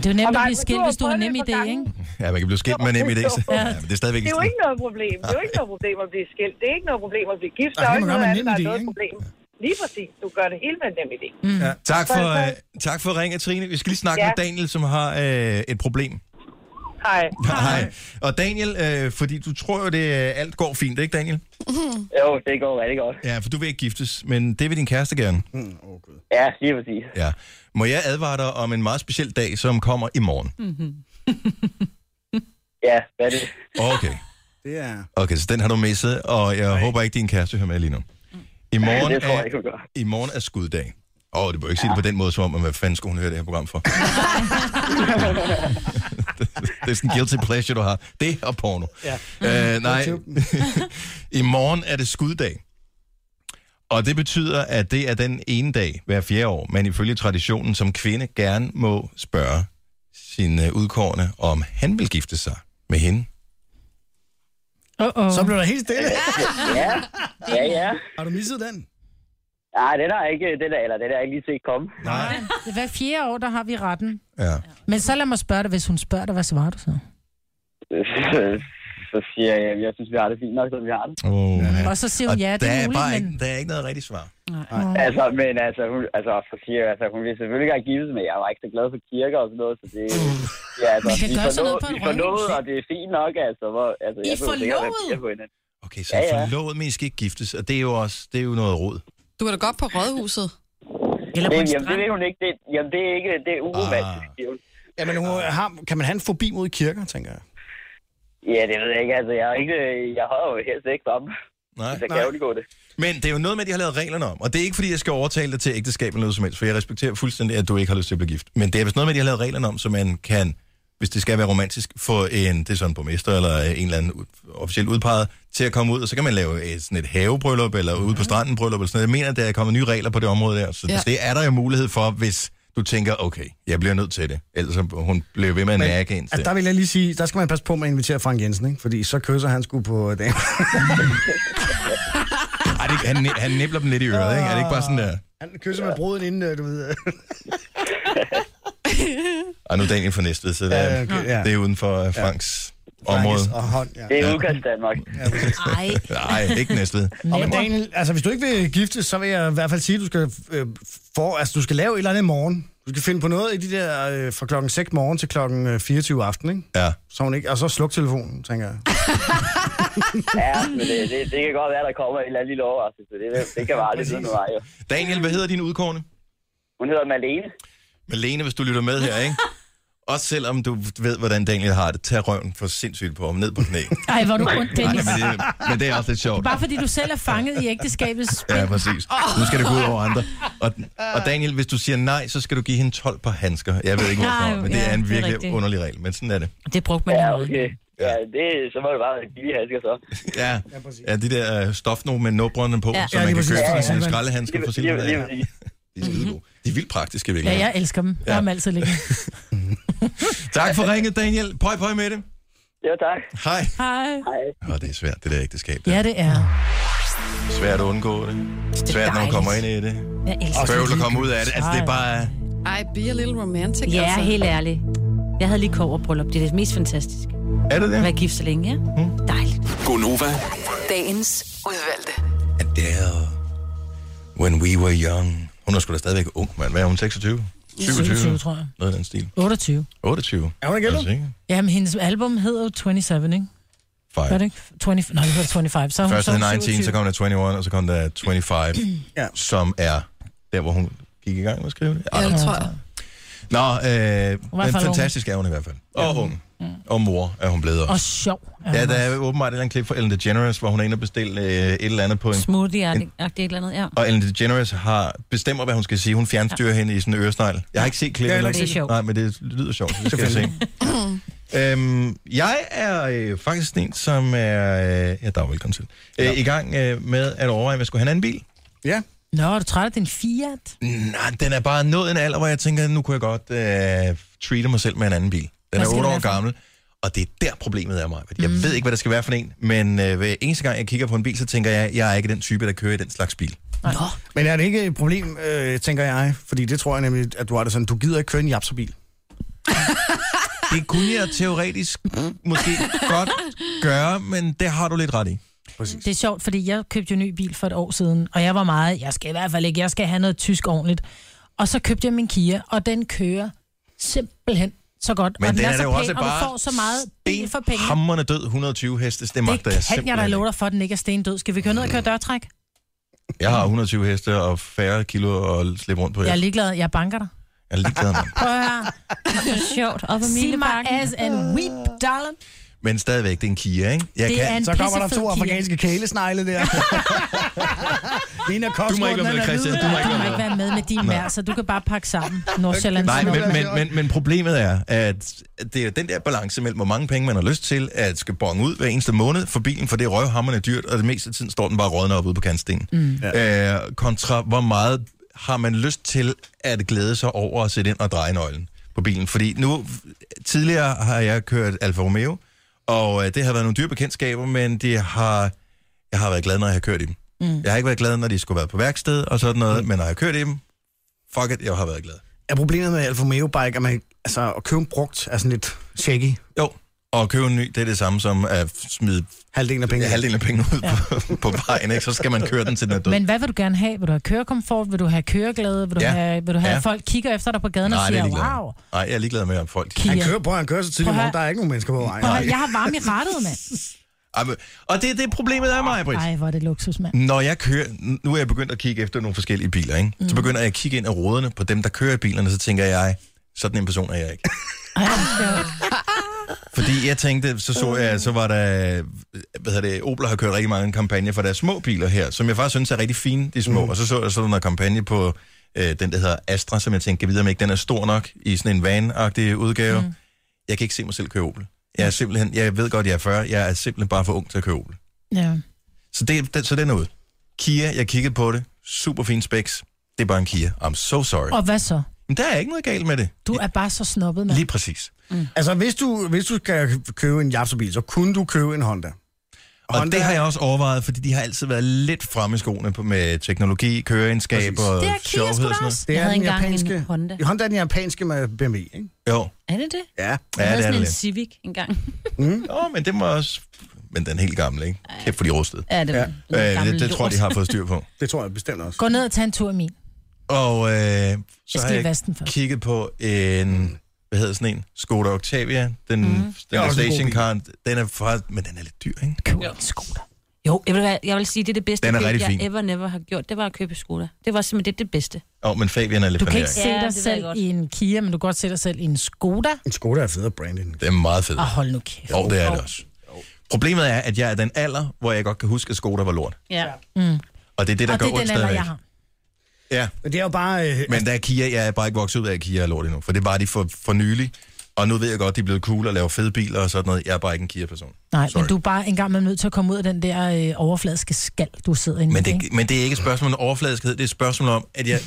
Det er jo nemt Og at Mark, blive skilt, har hvis du har prøvet nem det et par idé, gange. ikke? Ja, man kan blive skilt med nem idé. Så. Ja, men det er stadigvæk Det er jo ikke noget problem. Det er jo ikke noget problem at blive skilt. Det er ikke noget problem at blive gift. Ej, Der er jo det må ikke være noget med andet, der nem er idé, noget ikke? problem. Lige præcis. Du gør det hele med en nem idé. Ja. Mm. Tak Så- for, så- øh, tak for ringet, Trine. Vi skal lige snakke Ja. med Daniel, som har øh, et problem. Hej. Hej. Og Daniel, øh, fordi du tror jo, det øh, alt går fint, ikke Daniel? Jo, det går rigtig godt. Ja, for du vil ikke giftes, men det vil din kæreste gerne. Ja, lige præcis. Ja. Må jeg advare dig om en meget speciel dag, som kommer i morgen? Mm-hmm. ja, hvad er det? Okay. Det er... Okay, så den har du misset, og jeg Nej. håber ikke, din kæreste hører med lige nu. I morgen, Det tror jeg er, ikke, hun gør. I morgen er skuddag. Åh, oh, det bør ikke sige det på den måde, som om, at hvad fanden skulle hun høre det her program for? det er sådan en guilty pleasure, du har. Det og porno. Ja. Øh, nej. I morgen er det skuddag. Og det betyder, at det er den ene dag hver fjerde år, man ifølge traditionen som kvinde gerne må spørge sin øh, udkårne, om han vil gifte sig med hende. Uh-oh. Så blev der helt stille. Ja, ja, ja. Har du misset den? Nej, den er ikke, den er, eller den er ikke lige set komme. Nej. Hver fjerde år, der har vi retten. Ja. Men så lad mig spørge dig, hvis hun spørger dig, hvad svarer du så? så siger jeg, jeg synes, vi har det fint nok, som vi har det. Oh, Og så siger hun, ja, det er der er muligt, bare men... Der er ikke noget rigtigt svar. Nej. Altså, men altså, hun, altså, så siger jeg, altså, hun vil selvfølgelig gerne giftes, men jeg var ikke så glad for kirker og sådan noget, så det... Ja, altså, Man kan vi gøre er sådan noget forlovet- på et vi er forlovet, rådhus, og det er fint nok, altså. Hvor, altså I jeg er behøver sikkert være forlovet? piger på hinanden. Okay, så Ja, ja, ja. ja. forlovet, men I skal ikke giftes, og det er jo også det er jo noget råd. Du er da godt på rådhuset. det, jamen, det ved hun ikke. Det, jamen, det er ikke... Det Ah. er uromantisk, siger hun. Jamen, hun har, kan man have en fobi mod kirker, tænker jeg? Ja, det ved jeg ikke. Altså, jeg, er ikke, jeg har jo helst ikke sammen. Nej, så kan nej. jeg undgå det. Men det er jo noget med, at de har lavet reglerne om, og det er ikke, fordi jeg skal overtale dig til ægteskab eller noget som helst, for jeg respekterer fuldstændig, at du ikke har lyst til at blive gift. Men det er vist noget med, at de har lavet reglerne om, så man kan, hvis det skal være romantisk, få en, det er sådan en borgmester eller en eller anden ud- officielt udpeget, til at komme ud, og så kan man lave et, sådan et havebryllup, eller ude på stranden bryllup, eller sådan noget. Jeg mener, at der er kommet nye regler på det område der, så Mhm. Ja. ja. det er der jo mulighed for, hvis du tænker, okay, jeg bliver nødt til det. Ellers så- hun bliver ved med at nakke indtil. altså, der vil jeg lige sige, der skal man passe på med at invitere Frank Jensen, ikke? Fordi så kysser han sgu på dagen. Ej, det, han, han nipler dem lidt i øret, ikke? Er det ikke bare sådan der? Han kysser med bruden inden, øh, du ved. Og nu er Daniel fra Næstved, så det Ja, er, okay, ja. ja. det er uden for øh, Franks ja. Frankes område. og hånd, ja. Det er udkast Danmark. Nej. Nej, ikke Næstved. Og men Daniel, altså hvis du ikke vil giftes, så vil jeg i hvert fald sige, at du skal, øh, for, altså, du skal lave et eller andet i morgen. Du skal finde på noget i de der øh, fra klokken 6 morgen til klokken øh, 24 aften, ikke? Ja. Så hun ikke, og så sluk telefonen, tænker jeg. Ja, men det, det, det kan godt være, der kommer en eller anden lille overraskelse. Det, det kan være aldrig vide med mig, jo. Daniel, hvad hedder din udkårne? Hun hedder Malene. Malene, hvis du lytter med her, ikke? Også selvom du ved, hvordan Daniel har det, tag røven for sindssygt på ham ned på knæ. Ej, hvor er du ondt, Nej, Dennis. men, det, men det er også lidt sjovt. Bare fordi du selv er fanget i ægteskabets Ja, præcis. Nu skal det gå ud over andre. Og, og Daniel, hvis du siger nej, så skal du give hende 12 par handsker. Jeg ved ikke, Nej, hvorfor, men det ja, er en det er virkelig rigtigt. underlig regel. Men sådan er det. Det brugte man Ja, okay. Ja, det, så må det bare give de handsker så. Ja, ja de der øh, stofnogen med nubrene på, Ja. ja. så Ja, lige man kan præcis. købe Ja, sådan ja. sine skraldehandsker for Lige- sine lige- De er skidegode. De er vildt praktiske, virkelig. Ja, jeg elsker dem. Jeg har dem altid liggende. Tak for ringet, Daniel. Pøj, pøj med det. Ja, tak. Hej. Hej. Åh, det er svært, det der ægteskab. Ja, det er. Svært at undgå det. det svært, når man dejligt. kommer ind i det. Jeg elsker Og bøvl det. at komme ud af det. Altså, det er bare... Ej, be a little romantic. Ja, altså. helt ærligt. Jeg havde lige koverbryllup. Det er det mest fantastiske. Er det det? At være gift så længe, ja. Mm. Dejligt. Gonova. Dagens udvalgte. Adele. When we were young. Hun er sgu da stadigvæk ung, mand. Hvad er hun? 26? 27, tror jeg. Noget af den stil. 28. 28. Er hun ikke ældre? ikke? Jamen, hendes album hedder jo 27, ikke? Five. Var det ikke? 20, nej, det var 25. Så er hun Først så er der 19, 27. så kom der 21, og så kom der 25, ja. som er der, hvor hun gik i gang med at skrive det. I Ja, don't det know. tror jeg. Nå, øh, hvert men fald fantastisk er hun i hvert fald. Og ung. Og mor er hun blevet også. Og sjov. er Ja, hun der også. er åbenbart et eller andet klip fra Ellen DeGeneres, hvor hun er inde og bestille øh, et eller andet på en... Smoothie-agtigt et eller andet, ja. Og Ellen DeGeneres har bestemmer, hvad hun skal sige. Hun fjernstyrer ja. hende i sådan en øresnegl. Jeg har ikke set Det er klippet. heller ikke endnu. så sjovt. Nej, men det lyder sjovt. Det skal jeg se. Øhm, jeg er øh, faktisk en, som er... Øh, ja, der er velkommen til. Øh, I gang øh, med at overveje, hvad jeg skulle have en anden bil. Ja. Nå, er du træt af din Fiat? Nej, den er bare nået en alder, hvor jeg tænker, nu kunne jeg godt øh, treate mig selv med en anden bil. Den Hvad er 8 skal den år være for? Mm. gammel, og det er der problemet er mig. Jeg ved ikke, hvad det skal være for en, men øh, hver eneste gang, jeg kigger på en bil, så tænker jeg, jeg er ikke den type, der kører i den slags bil. Men er det ikke et problem, øh, tænker jeg? Fordi det tror jeg nemlig, at du har det sådan, du gider ikke køre en japserbil. Det kunne jeg teoretisk måske godt gøre, men det har du lidt ret i. Præcis. Det er sjovt, fordi jeg købte jo en ny bil for et år siden, og jeg var meget, jeg skal i hvert fald ikke, jeg skal have noget tysk ordentligt. Og så købte jeg min Kia, og den kører simpelthen så godt. Men og den er så da jo også og bare du får så meget bil for penge. Hammerne død, 120 hestes, det magter jeg Det kan jeg simpelthen da ikke. Mm. love dig for, at den ikke er stendød. Skal vi køre ned og køre dørtræk? Jeg har 120 heste og færre kilo at slippe rundt på. Jeg er Jeg ligeglad, jeg banker dig. er ligeglad med. Prøv at høre. Det er sjovt. Op ad See my Mileparken. ass and weep, darling. Men stadigvæk, det er en Kia, ikke? Jeg Det er en Så kommer der pissefed to Kia. afrikanske kælesnegle der. en af Du må ikke være med, Christian. Du må ikke Du må være ikke med. være med med din Nå. mær, så du kan bare pakke sammen. Nordsjælland. Nej, men, men, men, men problemet er, at det er den der balance mellem, hvor mange penge man har lyst til, at skal bonge ud hver eneste måned for bilen, for det er røvhammerne dyrt, og det meste af tiden står den bare rådne op ude på kantstenen. Mm. Ja. Øh, kontra, hvor meget har man lyst til at glæde sig over at sætte ind og dreje nøglen på bilen. Fordi nu, tidligere har jeg kørt Alfa Romeo, og øh, det har været nogle dyre bekendtskaber, men det har, jeg har været glad, når jeg har kørt i dem. Mm. Jeg har ikke været glad, når de skulle være på værksted og sådan noget, mm. men når jeg har kørt i dem, fuck it, jeg har været glad. Er problemet med Alfa Romeo Bike, at, man, altså, at købe en brugt er sådan lidt shaky? Jo, og at købe en ny, det er det samme som at smide halvdelen af pengene, halvdelen af pengene ud på, på vejen, ikke? så skal man køre den til den er død. Men hvad vil du gerne have? Vil du have kørekomfort? Vil du have køreglæde? Vil du Ja. have, vil du have Ja. at folk kigger efter dig på gaden og det er siger, jeg ligeglad med. wow? Nej, jeg er ligeglad med, om folk... Kia. Han kører- prøv at han kører så tidligt, Prøv at morgen, der er ikke nogen mennesker på vejen. Prøv, at høre, jeg har varme i rettet, mand. Ej, men- Og det er det, problemet er mig, Britt. Ej, hvor er det luksus, mand. Når jeg kører, nu er jeg begyndt at kigge efter nogle forskellige biler, ikke? så begynder jeg at kigge ind af ruderne på dem, der kører i bilerne, så tænker jeg, sådan en person er jeg ikke. Ej, hvor er det sjovt. Fordi jeg tænkte, så så jeg, så var der, hvad hedder det, Opel har kørt rigtig mange kampagner for deres små biler her, som jeg faktisk synes er rigtig fine, de små. Mm. Og så så jeg sådan noget kampagne på øh, den, der hedder Astra, som jeg tænkte, kan vide, om ikke den er stor nok i sådan en vanagtig udgave. Mm. Jeg kan ikke se mig selv køre Opel. Jeg er simpelthen, jeg ved godt, jeg er 40, jeg er simpelthen bare for ung til at køre Opel. Ja. Så, det, den, så den er ud. Kia, jeg kiggede på det, super fine specs, det er bare en Kia. I'm so sorry. Og hvad så? Men der er ikke noget galt med det. Du er bare så snobbet, mand. Lige præcis. Mm. Altså, hvis du, hvis du skal købe en Japserbil, så kunne du købe en Honda. Og Honda... det har jeg også overvejet, fordi de har altid været lidt fremme i skoene på, med teknologi, køreegenskab Præcis. og Det er sjovhed og sådan noget. Det Jeg er havde den engang en japanske, Honda. Honda er den japanske med BMW, ikke? Jo, Er det det? Ja, Jeg ja havde det er sådan en det. Civic engang. Mm. Jo, men det var også... Men den er helt gammel, ikke? Kæft for de rustede. Ja, det var Øh, noget gammel det, det tror jeg, de lort. har fået styr på. Det tror jeg bestemt også. Gå ned og tag en tur i min. Og øh, så skal har lige jeg vaske den først. kigget på Mm. en... Hvad hedder sådan en? Skoda Octavia. Den, mm. den er der også en god stationcar. Den er fra... Men den er lidt dyr, ikke? Køb en Skoda. Jo, jeg vil, være- jeg vil sige, det er det bedste, Den er køb, rigtig jeg fin. ever never har gjort. Det var at købe Skoda. Det var simpelthen det, det bedste. Åh, oh, men Fabian er lidt Du kan ikke fanærig. se Ja, det ved jeg dig selv godt. i en Kia, men du kan godt se dig selv i en Skoda. En Skoda er federe brand end Det er meget fedt. Ah, hold nu kæft. Jo, det er det også. Problemet er, at jeg er den alder, hvor jeg godt kan huske, at Skoda var lort. Ja. Mm. Og det er det, der og gør det er ondt den alder, stadigvæk. jeg har. Ja. Men det er jo bare... Øh, Men der er Kia, jeg er bare ikke vokset ud af at Kia er lort endnu, for det var de for, for nylig. Og nu ved jeg godt, de er blevet cool og laver fede biler og sådan noget. Jeg er bare ikke en Kia-person. Nej, Sorry. men du er bare engang med nødt til at komme ud af den der øh, overfladiske skal, du sidder inde Men i. ikke? det, men det er ikke et spørgsmål om overfladiskhed, det er et spørgsmål om, at jeg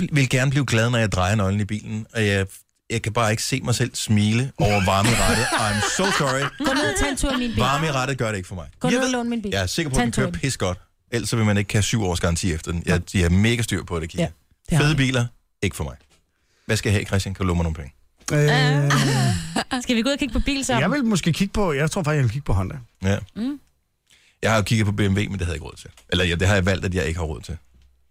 bl- vil gerne blive glad, når jeg drejer nøglen i bilen, og jeg, jeg kan bare ikke se mig selv smile over varme i rettet. I'm so sorry. Gå ned og tag en tur i min bil. Varme i rettet gør det ikke for mig. Gå ned og lån min bil. Jeg er sikker på, Tag at den en tur kører i pis godt. Ellers så vil man ikke have syv års garanti efter den. Jeg, de har mega styr på det, Kia. Ja, Ja, Fede biler, ikke for mig. Hvad skal jeg have, Christian? Kan du love mig nogle penge? Øh, Skal vi gå ud og kigge på bil sammen? jeg vil måske kigge på... Jeg tror faktisk, jeg vil kigge på Honda. Ja. Mm. Jeg har jo kigget på BMW, men det havde jeg ikke råd til. Eller ja, det har jeg valgt, at jeg ikke har råd til.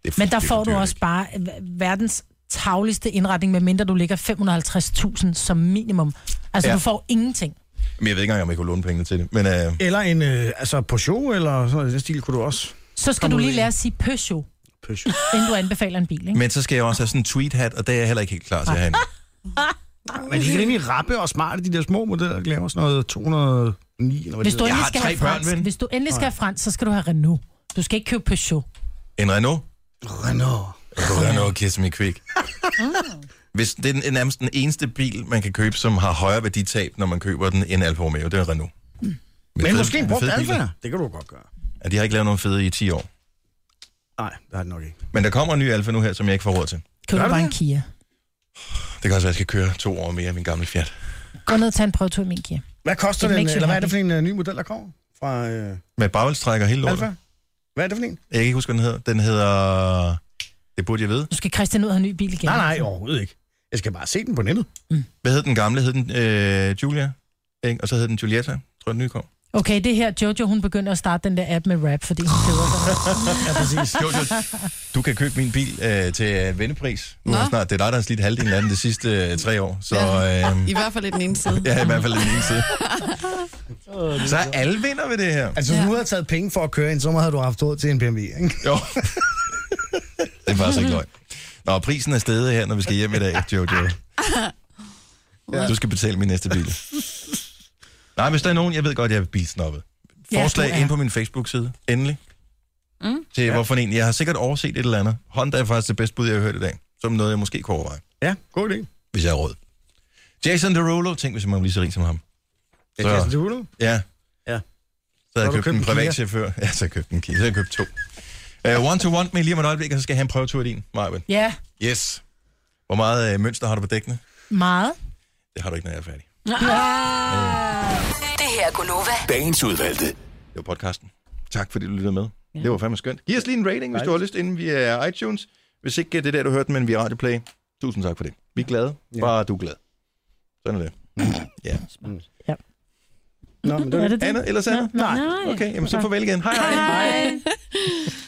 Det Men der det får for du dyrt, også bare øh, verdens tavligste indretning, medmindre du ligger 550.000 som minimum. Altså, Ja. ja. du får ingenting. ikke? Men jeg ved ikke engang, om jeg kunne låne penge til det. Men øh, Eller en øh, altså Peugeot, eller sådan noget i den stil, kunne du også... Så skal komme du ud lige i. lære at sige Peugeot, Peugeot. inden du anbefaler en bil, ikke? Men så skal jeg også have sådan en tweet-hat, og det er jeg heller ikke helt klar til at have endnu. Nej, men de Uhuh. er rimelig rappe og smarte, de der små modeller, der laver sådan noget 209. Eller hvad Hvis det du, hedder. endelig skal have fransk, hvis du endelig skal have fransk, så skal du have Renault. Du skal ikke købe Peugeot. Mm. En Renault? Renault. Renault Kiss Me Quick. Hvis det er den- nærmest den eneste bil, man kan købe, som har højere værditab, når man køber den, end Alfa Romeo, det er en Renault. Med Men fede- måske en med brugt fede biler. alfa. Det kan du godt gøre. Ja, de har ikke lavet nogen fede i 10 år. Nej, det har det nok ikke. Men der kommer en ny Alfa nu her, som jeg ikke får råd til. Køb du bare en Kia. Det kan også være, at jeg skal køre to år mere i min gamle Fiat. Gå ned og tag en prøvetur i min Kia. Hvad koster It den, makes you eller hvad er det happy. for en uh, ny model, der kommer fra øh, Med bagelstrækker hele lortet. Alfa? Hvad er det for en? Jeg kan ikke huske, hvad den hedder. Den hedder... Det burde jeg vide. Du skal Christian ud og have en ny bil igen. Nej, nej, overhovedet ikke. Jeg skal bare se den på nettet. Mm. Hvad hed den gamle? Hed den øh, Julia? Ikke? Og så hed den Julietta, tror jeg, den nye kom. Okay, det her, Jojo, hun begynder at starte den der app med rap, fordi hun keder sig. Ja, præcis. Jojo, du kan købe min bil øh, til øh, vendepris. Nu er Nå. snart, det er dig, der har slidt halvdelen af den de sidste øh, tre år. Så, øh, I hvert fald i den ene side. ja, i hvert fald den ene side. Så er alle vinder ved det her. Altså, hvis du havde taget penge for at køre ind, så havde du haft råd til en BMW, ikke? Jo. Det er faktisk ikke løgn. Nå, prisen er stedet her, når vi skal hjem i dag, Jojo. Du skal betale min næste bil. Nej, hvis der er nogen, jeg ved godt, jeg er bilsnoppet. Ja, Forslag du ja, er. ind på min Facebook-side, endelig. Mm. Til ja. hvorfor en. Jeg har sikkert overset et eller andet. Honda er faktisk det bedste bud, jeg har hørt i dag. Som noget, jeg måske kunne overveje, Ja, god idé. hvis jeg har råd. Jason Derulo, tænk hvis man var lige så rig som ham. Ja, Jason Derulo? Ja. Ja. Så havde har jeg du købt købt en en Kia. privatchauffør. Ja, så købte en Kia. Så havde jeg købt to. Uh, one to one med lige om et øjeblik, og så skal jeg have en prøvetur i din, Marvin. Ja, Yes. Hvor meget øh, mønster har du på dækkene? meget. Det har du ikke, når jeg er færdig. Ah! Det her er Gunova. Dagens udvalgte. Det var podcasten. Tak fordi du lyttede med. Ja. Det var fandme skønt. Giv os lige en rating, hvis du har lyst, inden vi er iTunes. Hvis ikke øh, det er der, du hørte, men vi er Radioplay. Tusind tak for det. Vi er glade. Bare du er glad. Sådan er det. Mm. ja. ja. Nå, men det Er det det? Andet eller andet? Nej. Okay, jamen så farvel igen. Hej hej. Hej.